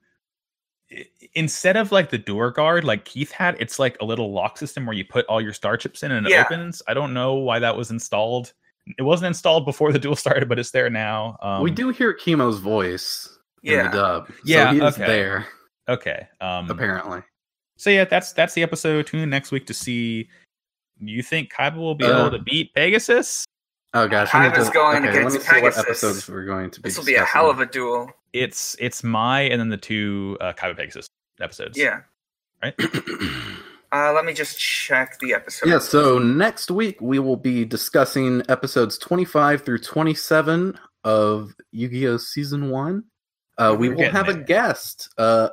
[SPEAKER 1] i- instead of like the door guard like Keith had, it's like a little lock system where you put all your star chips in and it
[SPEAKER 5] Yeah.
[SPEAKER 1] opens. I don't know why that was installed. It wasn't installed before the duel started, but it's there now. Um,
[SPEAKER 2] we do hear Chemo's voice in the
[SPEAKER 5] Yeah. Hmm.
[SPEAKER 2] dub. So
[SPEAKER 1] Yeah,
[SPEAKER 2] he is
[SPEAKER 1] okay.
[SPEAKER 2] there,
[SPEAKER 1] okay. Um,
[SPEAKER 2] apparently.
[SPEAKER 1] so yeah, that's that's the episode. Tune in next week to see. You think Kaiba will be
[SPEAKER 2] Uh,
[SPEAKER 1] able to beat Pegasus?
[SPEAKER 2] Oh gosh, I need
[SPEAKER 5] Kaiba's
[SPEAKER 2] to-
[SPEAKER 5] going
[SPEAKER 2] okay, let me
[SPEAKER 5] against
[SPEAKER 2] see what
[SPEAKER 5] Pegasus.
[SPEAKER 2] episodes we're going to be.
[SPEAKER 5] This will be a hell of a duel.
[SPEAKER 1] It's it's my and then the two uh, Kaiba Pegasus episodes.
[SPEAKER 5] Yeah. Uh, let me just check the episode.
[SPEAKER 2] yeah, so next week we will be discussing episodes 25 through 27 of Yu Gi Oh! Season 1. Uh, we
[SPEAKER 1] We're
[SPEAKER 2] will
[SPEAKER 1] getting
[SPEAKER 2] have a
[SPEAKER 1] there.
[SPEAKER 2] guest, uh,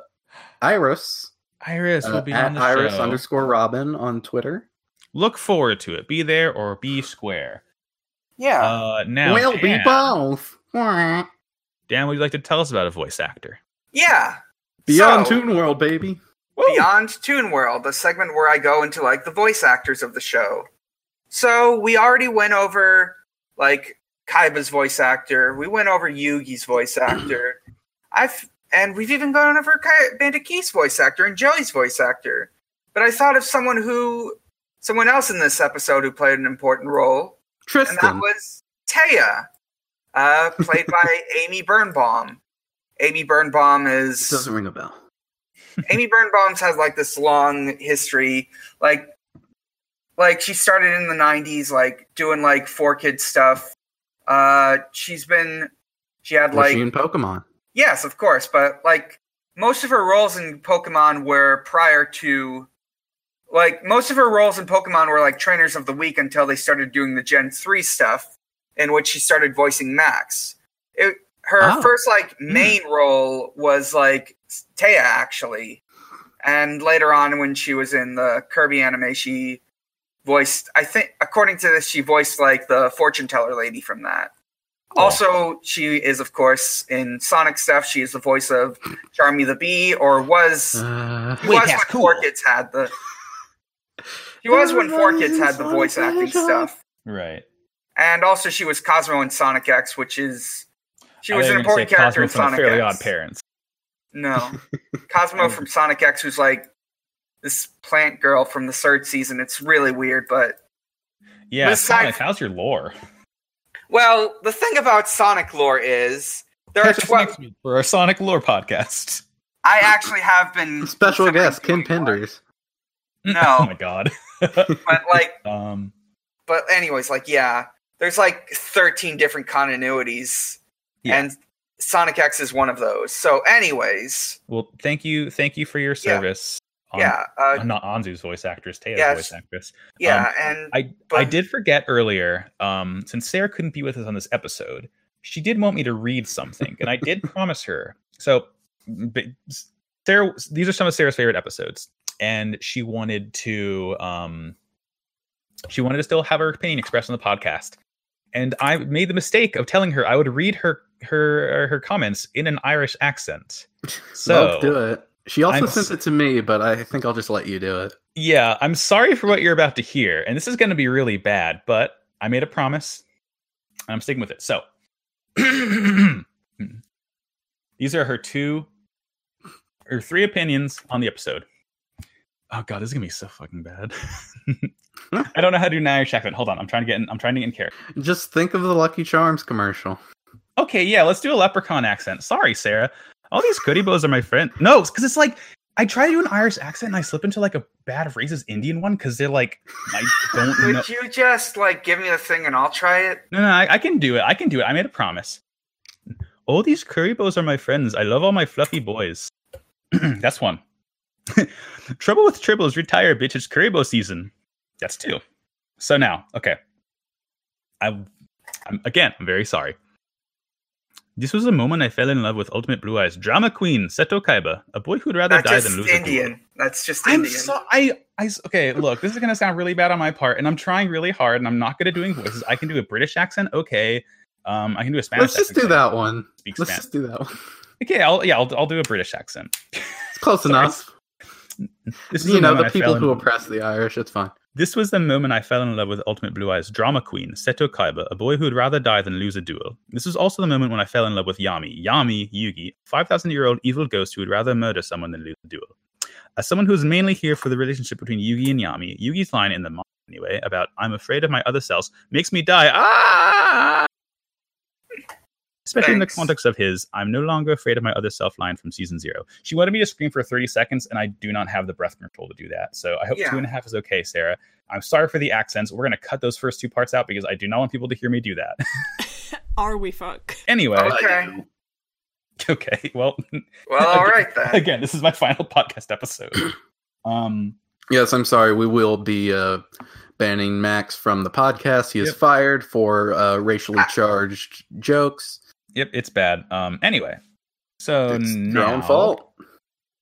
[SPEAKER 2] Iris,
[SPEAKER 1] Iris will
[SPEAKER 2] uh,
[SPEAKER 1] be on
[SPEAKER 2] at
[SPEAKER 1] the
[SPEAKER 2] Iris
[SPEAKER 1] show.
[SPEAKER 2] underscore Robin on Twitter.
[SPEAKER 1] Look forward to it. Be there or be square.
[SPEAKER 5] Yeah.
[SPEAKER 1] Uh, now,
[SPEAKER 2] we'll be
[SPEAKER 1] Dan,
[SPEAKER 2] both. Wah.
[SPEAKER 1] Dan, would you like to tell us about a voice actor?
[SPEAKER 5] yeah.
[SPEAKER 2] Beyond
[SPEAKER 5] So-
[SPEAKER 2] Toon World, baby.
[SPEAKER 5] Beyond Toon World, the segment where I go into like the voice actors of the show. So we already went over like Kaiba's voice actor. We went over Yugi's voice actor. I've and we've even gone over Kai- Bandit Keith's voice actor and Joey's voice actor. But I thought of someone who, someone else in this episode who played an important role, and that
[SPEAKER 2] Tristan.
[SPEAKER 5] was Taya, uh, played by Amy Birnbaum. Amy Birnbaum is
[SPEAKER 2] Doesn't ring a bell.
[SPEAKER 5] Amy Birnbaum's has like this long history. Like, like she started in the '90s, like doing like four kids stuff. Uh, she's been, she had
[SPEAKER 2] Like,
[SPEAKER 5] like,
[SPEAKER 2] she in Pokemon.
[SPEAKER 5] yes, of course, but like most of her roles in Pokemon were prior to, like most of her roles in Pokemon were like trainers of the week until they started doing the Gen Three stuff, in which she started voicing Max. It, her
[SPEAKER 2] Oh.
[SPEAKER 5] first like main role was like Taya actually, and later on when she was in the Kirby anime, she voiced. I think according to this, she voiced like the fortune teller lady from that. Also, she is of course in Sonic stuff. She is the
[SPEAKER 1] Uh-huh.
[SPEAKER 5] voice of Charmy the Bee, or was
[SPEAKER 2] Uh,
[SPEAKER 5] was when Four Kids had the She was when Four Kids had the voice acting stuff,
[SPEAKER 1] Right.
[SPEAKER 5] and also she was Cosmo in Sonic X, which is she
[SPEAKER 1] I
[SPEAKER 5] was
[SPEAKER 1] thought you
[SPEAKER 5] an
[SPEAKER 1] were gonna
[SPEAKER 5] important
[SPEAKER 1] say
[SPEAKER 5] character
[SPEAKER 1] Cosmo
[SPEAKER 5] in
[SPEAKER 1] from
[SPEAKER 5] Sonic
[SPEAKER 1] Fairly
[SPEAKER 5] X.
[SPEAKER 1] Odd Oh. Parents.
[SPEAKER 5] No, Cosmo from Sonic X, who's like this plant girl from the third season. It's really weird, but
[SPEAKER 1] Yeah,
[SPEAKER 5] Miss
[SPEAKER 1] Sonic,
[SPEAKER 5] Sonic-
[SPEAKER 1] how's your lore?
[SPEAKER 5] well, the thing about Sonic lore is there are
[SPEAKER 1] Catch us
[SPEAKER 5] twelve.
[SPEAKER 1] next week for our Sonic lore podcast.
[SPEAKER 5] I actually have been
[SPEAKER 2] Special
[SPEAKER 5] considering
[SPEAKER 2] guest, Ken
[SPEAKER 5] doing one,
[SPEAKER 2] Penders.
[SPEAKER 5] No.
[SPEAKER 1] oh my god.
[SPEAKER 5] but like
[SPEAKER 1] um,
[SPEAKER 5] but anyways, like yeah, there's like 13 different continuities,
[SPEAKER 1] Yeah.
[SPEAKER 5] and Sonic X is one of those. So, anyways,
[SPEAKER 1] well, thank you, thank you for your service. On,
[SPEAKER 5] yeah, uh,
[SPEAKER 1] not Anzu's voice actress, Taya's
[SPEAKER 5] Yes.
[SPEAKER 1] voice actress.
[SPEAKER 5] yeah,
[SPEAKER 1] um,
[SPEAKER 5] and
[SPEAKER 1] I I
[SPEAKER 5] but-
[SPEAKER 1] did forget earlier. Um, since Sarah couldn't be with us on this episode, she did want me to read something, and I did promise her. So, but Sarah, these are some of Sarah's favorite episodes, and she wanted to um, she wanted to still have her opinion expressed on the podcast. And I made the mistake of telling her I would read her her her comments in an Irish accent. So
[SPEAKER 2] Let's do it. She also
[SPEAKER 1] I'm
[SPEAKER 2] sent
[SPEAKER 1] s-
[SPEAKER 2] it to me, but I think I'll just let you do it.
[SPEAKER 1] Yeah, I'm sorry for what you're about to hear, and this is going to be really bad, but I made a promise, and I'm sticking with it. So, these are her two or three opinions on the episode. Oh god, this is gonna be so fucking bad. I don't know how to do an Irish accent. Hold on, I'm trying to get in. I'm trying to get in character.
[SPEAKER 2] Just think of the Lucky Charms commercial.
[SPEAKER 1] Okay, yeah, let's do a leprechaun accent. Sorry, Sarah. All these Kudibos are my friend. No, because it's like I try to do an Irish accent and I slip into like a bad racist Indian one because they're like, I don't know.
[SPEAKER 5] would you just like give me the thing and I'll try it?
[SPEAKER 1] No, no, I, I can do it. I can do it. I made a promise. All these currybos are my friends. I love all my fluffy boys. That's one. Trouble with tribbles, retire, bitch. It's currybo season. That's two. So now, okay. I, I'm again. I'm very sorry. This was the moment I fell in love with Ultimate Blue Eyes drama queen Seto Kaiba, a boy who'd rather
[SPEAKER 5] That's
[SPEAKER 1] die
[SPEAKER 5] just
[SPEAKER 1] than lose. a duel.
[SPEAKER 5] Indian. That's just
[SPEAKER 1] I'm
[SPEAKER 5] Indian.
[SPEAKER 1] so I I s- okay. Look, this is gonna sound really bad on my part, and I'm trying really hard, and I'm not good at doing voices. I can do a British accent, okay. Um, I can do a Spanish.
[SPEAKER 2] Let's just
[SPEAKER 1] accent,
[SPEAKER 2] do
[SPEAKER 1] 'cause I
[SPEAKER 2] that one.
[SPEAKER 1] Speak
[SPEAKER 2] Let's
[SPEAKER 1] Spanish.
[SPEAKER 2] just do that one.
[SPEAKER 1] Okay, I'll yeah, I'll, I'll do a British accent.
[SPEAKER 2] It's close
[SPEAKER 1] Sorry.
[SPEAKER 2] enough.
[SPEAKER 1] This is
[SPEAKER 2] You know,
[SPEAKER 1] moment
[SPEAKER 2] the
[SPEAKER 1] I fell
[SPEAKER 2] people
[SPEAKER 1] in-
[SPEAKER 2] who oppress the Irish, it's fine.
[SPEAKER 1] This was the moment I fell in love with Ultimate Blue Eyes drama queen Seto Kaiba, a boy who'd rather die than lose a duel. This was also the moment when I fell in love with Yami, Yami Yugi, five thousand year old evil ghost who would rather murder someone than lose a duel. As someone who's mainly here for the relationship between Yugi and Yami, Yugi's line in the manga anyway about "I'm afraid of my other selves" makes me die. Ah! Especially in the
[SPEAKER 5] Thanks.
[SPEAKER 1] context of his "I'm no longer afraid of my other self" line from season zero. She wanted me to scream for 30 seconds, and I do not have the breath control to do that. So I hope
[SPEAKER 5] Yeah.
[SPEAKER 1] two and a half is okay, Sarah. I'm sorry for the accents. We're gonna cut those first two parts out because I do not want people to hear me do that.
[SPEAKER 6] Are we fuck?
[SPEAKER 1] anyway,
[SPEAKER 5] okay.
[SPEAKER 1] okay. Well,
[SPEAKER 5] Well, all right then.
[SPEAKER 1] again, this is my final podcast episode. Um.
[SPEAKER 2] Yes, I'm sorry. We will be uh, banning Max from the podcast. He is
[SPEAKER 1] Yep.
[SPEAKER 2] fired for uh, racially charged jokes.
[SPEAKER 1] Yep, it's bad. Um, anyway, so
[SPEAKER 2] it's
[SPEAKER 1] now
[SPEAKER 2] your own fault.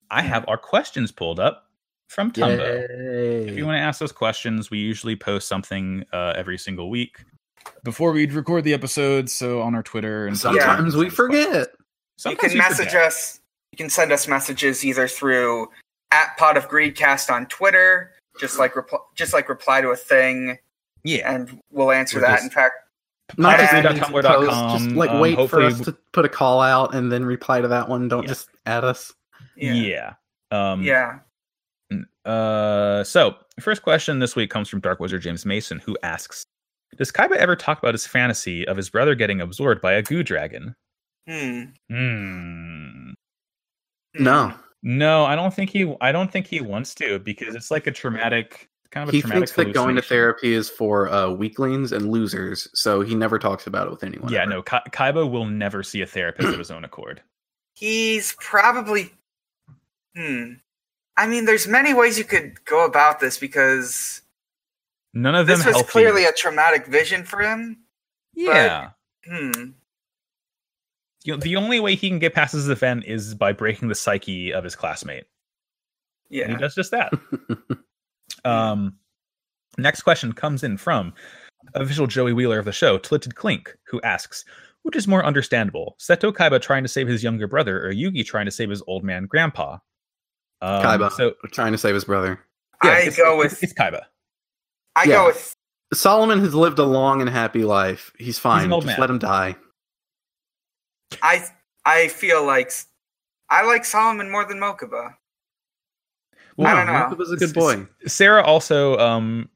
[SPEAKER 1] I have our questions pulled up from Tumbo. If
[SPEAKER 2] Yay.
[SPEAKER 1] you want to ask those questions, we usually post something uh, every single week before we record the episodes. So on our Twitter and
[SPEAKER 5] Yeah.
[SPEAKER 2] Sometimes we forget.
[SPEAKER 5] You
[SPEAKER 1] Sometimes
[SPEAKER 5] can
[SPEAKER 1] we
[SPEAKER 5] message
[SPEAKER 1] forget.
[SPEAKER 5] us. You can send us messages either through at Pot of Greedcast on Twitter, just like repl- just like reply to a thing,
[SPEAKER 1] Yeah,
[SPEAKER 5] and we'll answer
[SPEAKER 1] Or
[SPEAKER 5] that.
[SPEAKER 1] just-
[SPEAKER 5] In fact.
[SPEAKER 2] Not just,
[SPEAKER 5] And-
[SPEAKER 2] need to post, just like
[SPEAKER 1] Um,
[SPEAKER 2] wait for
[SPEAKER 1] hopefully-
[SPEAKER 2] us to put a call out and then reply to that one. Don't
[SPEAKER 1] Yeah.
[SPEAKER 2] just add us.
[SPEAKER 1] yeah. Um, mm,
[SPEAKER 5] Yeah.
[SPEAKER 1] Uh, so first question this week comes from Dark Wizard James Mason, who asks, "Does Kaiba ever talk about his fantasy of his brother getting absorbed by a goo dragon?"
[SPEAKER 5] Hmm.
[SPEAKER 1] Hmm.
[SPEAKER 2] No,
[SPEAKER 1] No, I don't think he. I don't think he wants to because it's like a traumatic kind of a
[SPEAKER 2] he
[SPEAKER 1] traumatic.
[SPEAKER 2] thinks that going to
[SPEAKER 1] hallucination.
[SPEAKER 2] therapy is for uh, weaklings and losers, so he never talks about it with anyone.
[SPEAKER 1] Yeah,
[SPEAKER 2] ever.
[SPEAKER 1] no, Ka- Kaiba will never see a therapist of his own accord.
[SPEAKER 5] He's probably. Hmm. I mean, there's many ways you could go about this because
[SPEAKER 1] None of them.
[SPEAKER 5] this was
[SPEAKER 1] help
[SPEAKER 5] clearly
[SPEAKER 1] you.
[SPEAKER 5] a traumatic vision for him.
[SPEAKER 1] yeah.
[SPEAKER 5] Hmm.
[SPEAKER 1] You know, the only way he can get past this event is by breaking the psyche of his classmate. And
[SPEAKER 5] Yeah.
[SPEAKER 1] he does just that. um, next question comes in from official Joey Wheeler of the show, Tilted Clink, who asks, which is more understandable, Seto Kaiba trying to save his younger brother or Yugi trying to save his old man grandpa? Um,
[SPEAKER 2] Kaiba.
[SPEAKER 1] So
[SPEAKER 2] We're trying to save his brother.
[SPEAKER 1] yeah,
[SPEAKER 5] I
[SPEAKER 1] it's-
[SPEAKER 5] go
[SPEAKER 1] it's-
[SPEAKER 5] with
[SPEAKER 1] it's Kaiba.
[SPEAKER 5] I
[SPEAKER 2] Yeah.
[SPEAKER 5] go with
[SPEAKER 2] Solomon has lived a long and happy life. He's fine.
[SPEAKER 1] old
[SPEAKER 2] Just
[SPEAKER 1] man.
[SPEAKER 2] let him die.
[SPEAKER 5] I. I feel like I like Solomon more than Mokuba. I don't know.
[SPEAKER 2] Jacob was a good boy.
[SPEAKER 1] Sarah also um,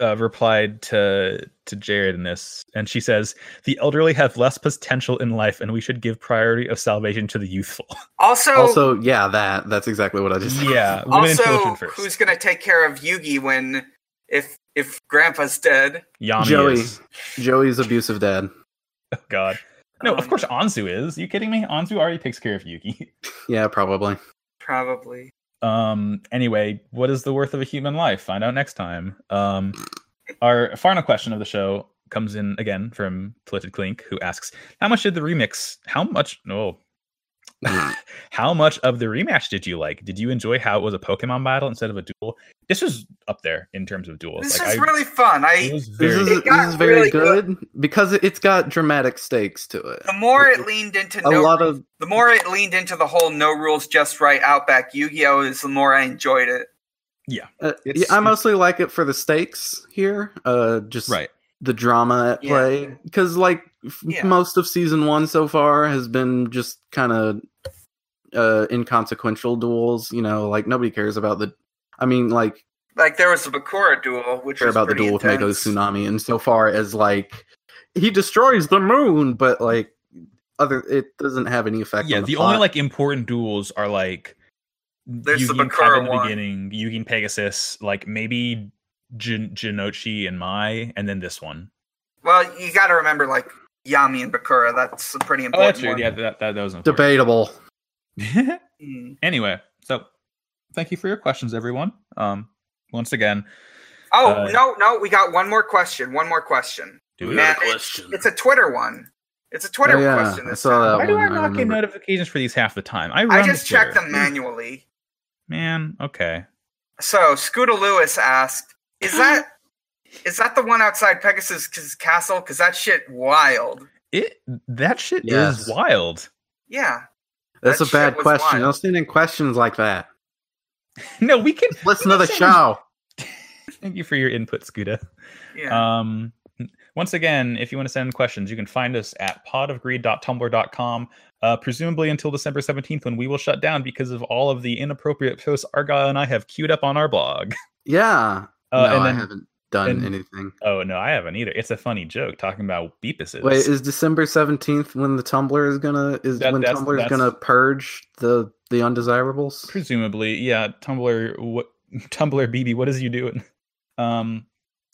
[SPEAKER 1] uh, replied to to Jared in this, and she says the elderly have less potential in life, and we should give priority of salvation to the youthful.
[SPEAKER 5] Also,
[SPEAKER 2] Also, yeah, that that's exactly what I just said.
[SPEAKER 1] yeah, women and
[SPEAKER 5] also,
[SPEAKER 1] children first.
[SPEAKER 5] who's gonna take care of Yugi when if if Grandpa's dead?
[SPEAKER 1] Yami
[SPEAKER 2] Joey.
[SPEAKER 1] is.
[SPEAKER 2] Joey's abusive dad.
[SPEAKER 1] Oh God. No, of
[SPEAKER 5] Um,
[SPEAKER 1] course Anzu is. You kidding me? Anzu already takes care of Yuki.
[SPEAKER 2] Yeah, probably.
[SPEAKER 5] Probably.
[SPEAKER 1] Um. Anyway, what is the worth of a human life? Find out next time. Um. Our final question of the show comes in again from Polluted Clink, who asks, "How much did the remix? How much? No. how much of the rematch did you like? Did you enjoy how it was a Pokemon battle instead of a duel? This was up there in terms of duels.
[SPEAKER 5] This
[SPEAKER 1] Like,
[SPEAKER 5] is
[SPEAKER 1] I-
[SPEAKER 5] really fun.
[SPEAKER 1] It
[SPEAKER 5] I
[SPEAKER 1] was
[SPEAKER 2] This
[SPEAKER 1] very.
[SPEAKER 2] is,
[SPEAKER 5] It
[SPEAKER 2] this
[SPEAKER 5] got
[SPEAKER 2] is very
[SPEAKER 5] really
[SPEAKER 2] good, because it's got dramatic stakes to it.
[SPEAKER 5] the more it leaned into
[SPEAKER 2] A
[SPEAKER 5] no
[SPEAKER 2] lot of
[SPEAKER 5] the more it leaned into the whole no rules just right outback Yu-Gi-Oh is the more I enjoyed it.
[SPEAKER 2] uh,
[SPEAKER 1] It's-
[SPEAKER 2] yeah, I
[SPEAKER 1] it's-
[SPEAKER 2] mostly like it for the stakes here. Uh, just
[SPEAKER 1] right.
[SPEAKER 2] the drama at
[SPEAKER 5] Yeah.
[SPEAKER 2] play because like f-
[SPEAKER 5] Yeah.
[SPEAKER 2] most of season one so far has been just kind of uh inconsequential duels you know like nobody cares about the i mean like
[SPEAKER 5] Like there was the Bakura duel, which
[SPEAKER 2] care
[SPEAKER 5] was
[SPEAKER 2] about the
[SPEAKER 5] pretty
[SPEAKER 2] duel with Mako
[SPEAKER 5] intense.
[SPEAKER 2] tsunami and so far as like he destroys the moon but like other it doesn't have any effect
[SPEAKER 1] yeah
[SPEAKER 2] on the,
[SPEAKER 1] the, only
[SPEAKER 2] plot.
[SPEAKER 1] like important duels are like
[SPEAKER 5] There's the
[SPEAKER 1] Yugi and
[SPEAKER 5] Bakura
[SPEAKER 1] Kaiba at the
[SPEAKER 5] one.
[SPEAKER 1] beginning Yugi and Pegasus like maybe Jin- Jinochi and Mai and then this one.
[SPEAKER 5] Well, you got to remember like Yami and Bakura. That's a pretty
[SPEAKER 1] Oh,
[SPEAKER 5] important
[SPEAKER 1] that's true.
[SPEAKER 5] one.
[SPEAKER 1] Yeah, that, that, that was important.
[SPEAKER 2] debatable
[SPEAKER 1] debate.
[SPEAKER 5] Hmm.
[SPEAKER 1] anyway, so thank you for your questions, everyone. Um, once again,
[SPEAKER 5] Oh
[SPEAKER 1] Uh,
[SPEAKER 5] no, no, we got one more question. One more question.
[SPEAKER 1] do
[SPEAKER 5] Man,
[SPEAKER 3] Another question.
[SPEAKER 5] It's a Twitter one. It's a Twitter
[SPEAKER 2] Oh, yeah,
[SPEAKER 5] question.
[SPEAKER 2] I
[SPEAKER 5] This
[SPEAKER 2] saw
[SPEAKER 5] time.
[SPEAKER 2] that
[SPEAKER 1] Why do
[SPEAKER 2] one,
[SPEAKER 1] I
[SPEAKER 2] I
[SPEAKER 1] not get
[SPEAKER 2] remember.
[SPEAKER 1] notifications for these half the time? I,
[SPEAKER 5] I
[SPEAKER 1] run the
[SPEAKER 5] just checked
[SPEAKER 1] Twitter.
[SPEAKER 5] them manually.
[SPEAKER 1] Man, okay.
[SPEAKER 5] So Scooter Lewis asked, "Is that is that the one outside Pegasus castle? Because that shit wild.
[SPEAKER 1] It that shit
[SPEAKER 2] Yes.
[SPEAKER 1] is wild.
[SPEAKER 5] Yeah,
[SPEAKER 2] that's
[SPEAKER 5] That
[SPEAKER 2] a
[SPEAKER 5] shit
[SPEAKER 2] bad
[SPEAKER 5] was
[SPEAKER 2] question
[SPEAKER 5] wild.
[SPEAKER 2] no sending questions like that
[SPEAKER 1] no, we can
[SPEAKER 2] listen to the
[SPEAKER 1] Send-
[SPEAKER 2] show
[SPEAKER 1] Thank you for your input, Scuda.
[SPEAKER 2] Uh,
[SPEAKER 5] yeah.
[SPEAKER 1] Um, once again, if you want to send questions, you can find us at podofgreed.tumblr.com, uh, presumably until December 17th when we will shut down because of all of the inappropriate posts Argyle and I have queued up on our blog.
[SPEAKER 2] yeah
[SPEAKER 1] Uh,
[SPEAKER 2] no
[SPEAKER 1] and
[SPEAKER 2] i
[SPEAKER 1] then,
[SPEAKER 2] haven't done
[SPEAKER 1] and-
[SPEAKER 2] anything
[SPEAKER 1] oh, no, I haven't either. It's a funny joke talking about beepuses.
[SPEAKER 2] Wait, is December seventeenth when the Tumblr is gonna is
[SPEAKER 1] That-
[SPEAKER 2] when
[SPEAKER 1] that's-
[SPEAKER 2] Tumblr is
[SPEAKER 1] that's-
[SPEAKER 2] gonna purge the the undesirables?
[SPEAKER 1] presumably, yeah, Tumblr, what Tumblr, BB, what is you doing? Um,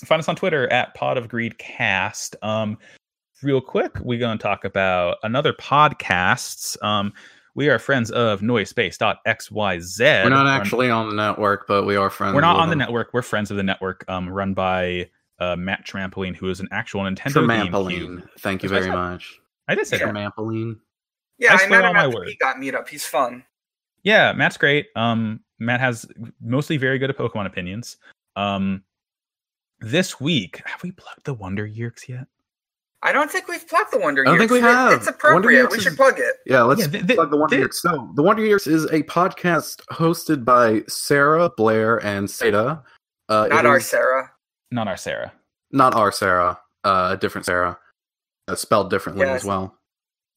[SPEAKER 1] find us on Twitter at Pod of Greed Cast. Um, real quick, we're going to talk about another podcasts. Um, we are friends of noisepace.xyz.
[SPEAKER 2] We're not
[SPEAKER 1] Run-
[SPEAKER 2] actually on the network, but we are friends.
[SPEAKER 1] We're not
[SPEAKER 2] with
[SPEAKER 1] on the
[SPEAKER 2] them.
[SPEAKER 1] network. We're friends of the network, um, run by uh, Matt Trampoline, who is an actual Nintendo GameCube.
[SPEAKER 2] Trampoline. Thank you
[SPEAKER 1] That's
[SPEAKER 2] very
[SPEAKER 1] what
[SPEAKER 2] much.
[SPEAKER 1] I did say that.
[SPEAKER 2] Trampoline.
[SPEAKER 5] Yeah,
[SPEAKER 1] I
[SPEAKER 5] I,
[SPEAKER 1] swear
[SPEAKER 5] met
[SPEAKER 1] on
[SPEAKER 5] him
[SPEAKER 1] my
[SPEAKER 5] at the
[SPEAKER 1] word.
[SPEAKER 5] Peacock meetup. He's fun.
[SPEAKER 1] Yeah, Matt's great. Um, Matt has mostly very good Pokemon opinions. Um, this week, have we plugged the Wonder Years yet?
[SPEAKER 5] I don't think we've plugged the Wonder
[SPEAKER 2] I don't think
[SPEAKER 5] Years.
[SPEAKER 2] we have.
[SPEAKER 5] It's
[SPEAKER 2] Wonder
[SPEAKER 5] appropriate.
[SPEAKER 2] Years
[SPEAKER 5] We
[SPEAKER 2] is-
[SPEAKER 5] should plug it.
[SPEAKER 2] Yeah, let's
[SPEAKER 1] Yeah, th- th-
[SPEAKER 2] plug the Wonder
[SPEAKER 1] th-
[SPEAKER 2] Years. So, the Wonder Years is a podcast hosted by Sarah Blair and Seda. Uh,
[SPEAKER 5] Not
[SPEAKER 2] it
[SPEAKER 5] our
[SPEAKER 2] is-
[SPEAKER 5] Sarah.
[SPEAKER 1] Not our Sarah.
[SPEAKER 2] Not our Sarah. Uh, a different Sarah, uh, spelled differently
[SPEAKER 5] Yes.
[SPEAKER 2] as well.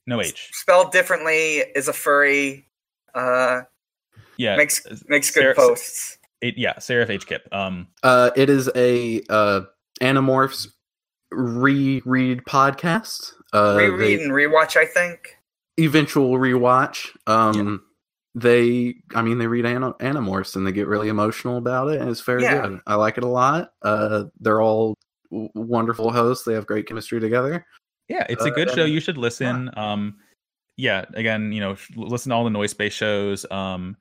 [SPEAKER 1] No H.
[SPEAKER 5] Spelled differently is a furry. Uh,
[SPEAKER 1] Yeah,
[SPEAKER 5] makes makes good
[SPEAKER 1] Sarah-
[SPEAKER 5] posts.
[SPEAKER 1] it, yeah, Sarah of H Kip. Um,
[SPEAKER 2] Uh, it is a uh, Animorphs reread podcast. Uh, they-
[SPEAKER 5] Reread and rewatch. I think.
[SPEAKER 2] eventual rewatch. Um, They, I mean, they read Ana- Animorphs and they get really emotional about it, and it's very
[SPEAKER 5] Yeah.
[SPEAKER 2] good. I like it a lot. Uh, they're all w- wonderful hosts. They have great chemistry together.
[SPEAKER 1] yeah, it's a good
[SPEAKER 2] Uh,
[SPEAKER 1] show. You should listen. Um, yeah, again, you know, sh- listen to all the Noise Space shows. Um,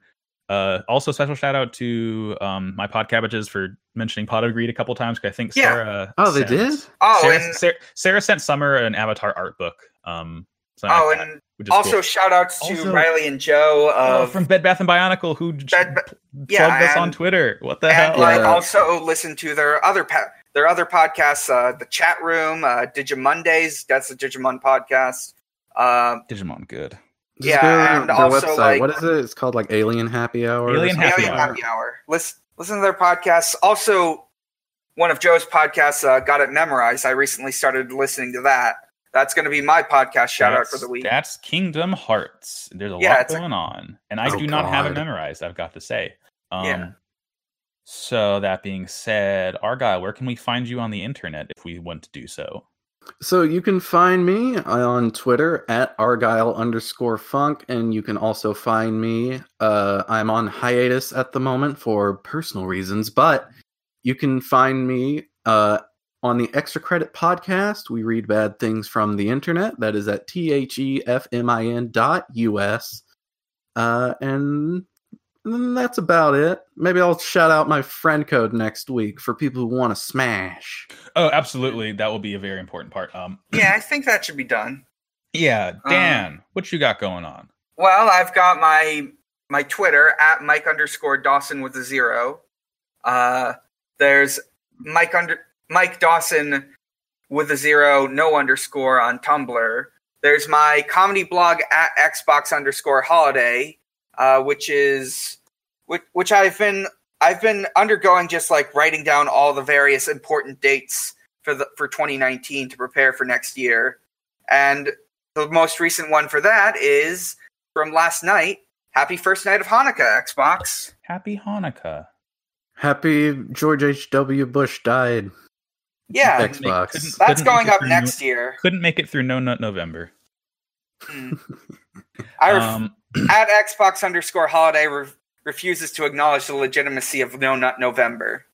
[SPEAKER 1] uh, also special shout out to um my pod cabbages for mentioning Pod of Greed a couple times because I think
[SPEAKER 5] Yeah.
[SPEAKER 1] Sarah.
[SPEAKER 2] Oh, they
[SPEAKER 1] sent-
[SPEAKER 2] did.
[SPEAKER 5] Oh,
[SPEAKER 1] Sarah,
[SPEAKER 5] and
[SPEAKER 1] Sarah, Sarah sent Summer an Avatar art book. Um, something
[SPEAKER 5] oh,
[SPEAKER 1] like that,
[SPEAKER 5] and
[SPEAKER 1] which is
[SPEAKER 5] also
[SPEAKER 1] cool.
[SPEAKER 5] shout outs to
[SPEAKER 1] Also-
[SPEAKER 5] Riley and Joe
[SPEAKER 1] Oh,
[SPEAKER 2] uh,
[SPEAKER 5] of
[SPEAKER 1] from Bed Bath and Bionicle, who j-
[SPEAKER 5] Bed Ba-
[SPEAKER 1] pl-
[SPEAKER 5] yeah,
[SPEAKER 1] plugged us on
[SPEAKER 5] and-
[SPEAKER 1] Twitter. What the
[SPEAKER 5] and
[SPEAKER 1] hell?
[SPEAKER 5] like
[SPEAKER 2] Yeah.
[SPEAKER 5] also listen to their other pa- their other podcasts, uh, the chat room, uh, Digimondays. That's the Digimon podcast. Um,
[SPEAKER 1] Digimon, good.
[SPEAKER 2] Just
[SPEAKER 5] Yeah,
[SPEAKER 2] go to
[SPEAKER 5] and
[SPEAKER 2] their
[SPEAKER 5] also,
[SPEAKER 2] website.
[SPEAKER 5] like-
[SPEAKER 2] what is it? It's called like Alien Happy Hour. or
[SPEAKER 1] Alien
[SPEAKER 2] something.
[SPEAKER 1] Happy
[SPEAKER 5] Alien
[SPEAKER 1] Hour.
[SPEAKER 5] Happy Hour. Listen, listen to their podcasts. Also, one of Joe's podcasts, uh, Got It Memorized. I recently started listening to that. That's going to be my podcast shout out
[SPEAKER 1] that's,
[SPEAKER 5] for the week.
[SPEAKER 1] That's Kingdom Hearts. There's a
[SPEAKER 5] Yeah,
[SPEAKER 1] lot
[SPEAKER 5] it's a-
[SPEAKER 1] going on, and I
[SPEAKER 2] Oh,
[SPEAKER 1] do not have it
[SPEAKER 2] God.
[SPEAKER 1] memorized. I've got to say. Um,
[SPEAKER 5] Yeah.
[SPEAKER 1] So that being said, Argyle, where can we find you on the internet if we want to do so?
[SPEAKER 2] So you can find me on Twitter at Argyle underscore funk, and you can also find me. Uh, I'm on hiatus at the moment for personal reasons, but you can find me uh, on the Extra Credit podcast. We read bad things from the internet. That is at T H E F M I N dot US. Uh, and and that's about it. Maybe I'll shout out my friend code next week for people who want to smash.
[SPEAKER 1] Oh, absolutely. That will be a very important part. Um,
[SPEAKER 5] yeah, I think that should be done.
[SPEAKER 1] yeah,
[SPEAKER 5] Um,
[SPEAKER 1] Dan, what you got going on?
[SPEAKER 5] Well, I've got my my Twitter at Mike underscore Dawson with a zero. Uh, there's Mike under Mike Dawson with a zero, no underscore on Tumblr. There's my comedy blog at Xbox underscore Holiday, uh, which is which which I've been I've been undergoing just like writing down all the various important dates for the for 2019 to prepare for next year, and the most recent one for that is from last night. Happy first night of Hanukkah, Xbox.
[SPEAKER 1] Happy Hanukkah.
[SPEAKER 2] Happy George H.W. Bush died.
[SPEAKER 5] Yeah,
[SPEAKER 2] Thanks. Xbox.
[SPEAKER 1] couldn't-
[SPEAKER 5] that's
[SPEAKER 1] couldn't make
[SPEAKER 5] going
[SPEAKER 1] it
[SPEAKER 5] up
[SPEAKER 1] through
[SPEAKER 5] next year. Hmm.
[SPEAKER 1] No, couldn't make it through No Nut November.
[SPEAKER 5] I ref-
[SPEAKER 1] Um,
[SPEAKER 5] at Xbox underscore holiday re- refuses to acknowledge the legitimacy of No Nut November.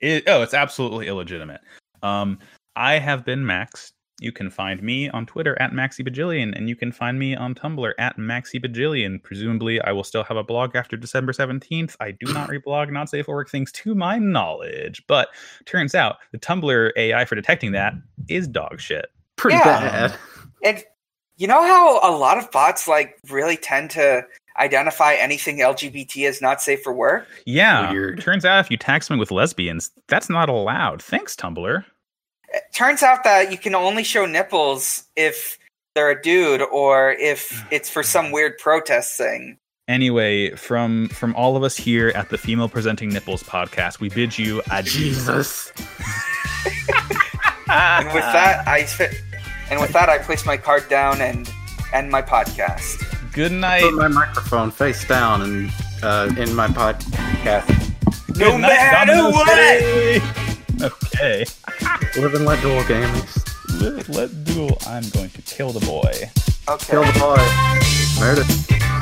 [SPEAKER 1] it, oh, it's absolutely illegitimate. Um, I have been Max. You can find me on Twitter at Maxi Bajillion, and you can find me on Tumblr at Maxi Bajillion. Presumably, I will still have a blog after December 17th. I do not reblog not safe for work things to my knowledge, but turns out the Tumblr AI for detecting that is dog shit.
[SPEAKER 2] Pretty
[SPEAKER 5] Yeah.
[SPEAKER 2] bad.
[SPEAKER 5] And you know how a lot of bots like really tend to identify anything LGBT as not safe for work.
[SPEAKER 1] Yeah.
[SPEAKER 2] Weird.
[SPEAKER 1] Turns out if you tag someone with lesbians, that's not allowed. Thanks, Tumblr.
[SPEAKER 5] It turns out that you can only show nipples if they're a dude or if it's for some weird protest thing.
[SPEAKER 1] Anyway, from from all of us here at the Female Presenting Nipples podcast, we bid you adieu.
[SPEAKER 2] Jesus.
[SPEAKER 5] And with that, I fit. And with that, I place my card down and end my podcast.
[SPEAKER 1] Good night.
[SPEAKER 2] Put my microphone face down and uh, in my podcast.
[SPEAKER 5] No
[SPEAKER 1] Good night,
[SPEAKER 5] matter
[SPEAKER 1] Domino
[SPEAKER 5] what!
[SPEAKER 1] City. Okay.
[SPEAKER 2] Live and let duel gamers.
[SPEAKER 1] Let, let duel. I'm going to kill the boy.
[SPEAKER 5] Okay.
[SPEAKER 2] Kill the boy. Murder.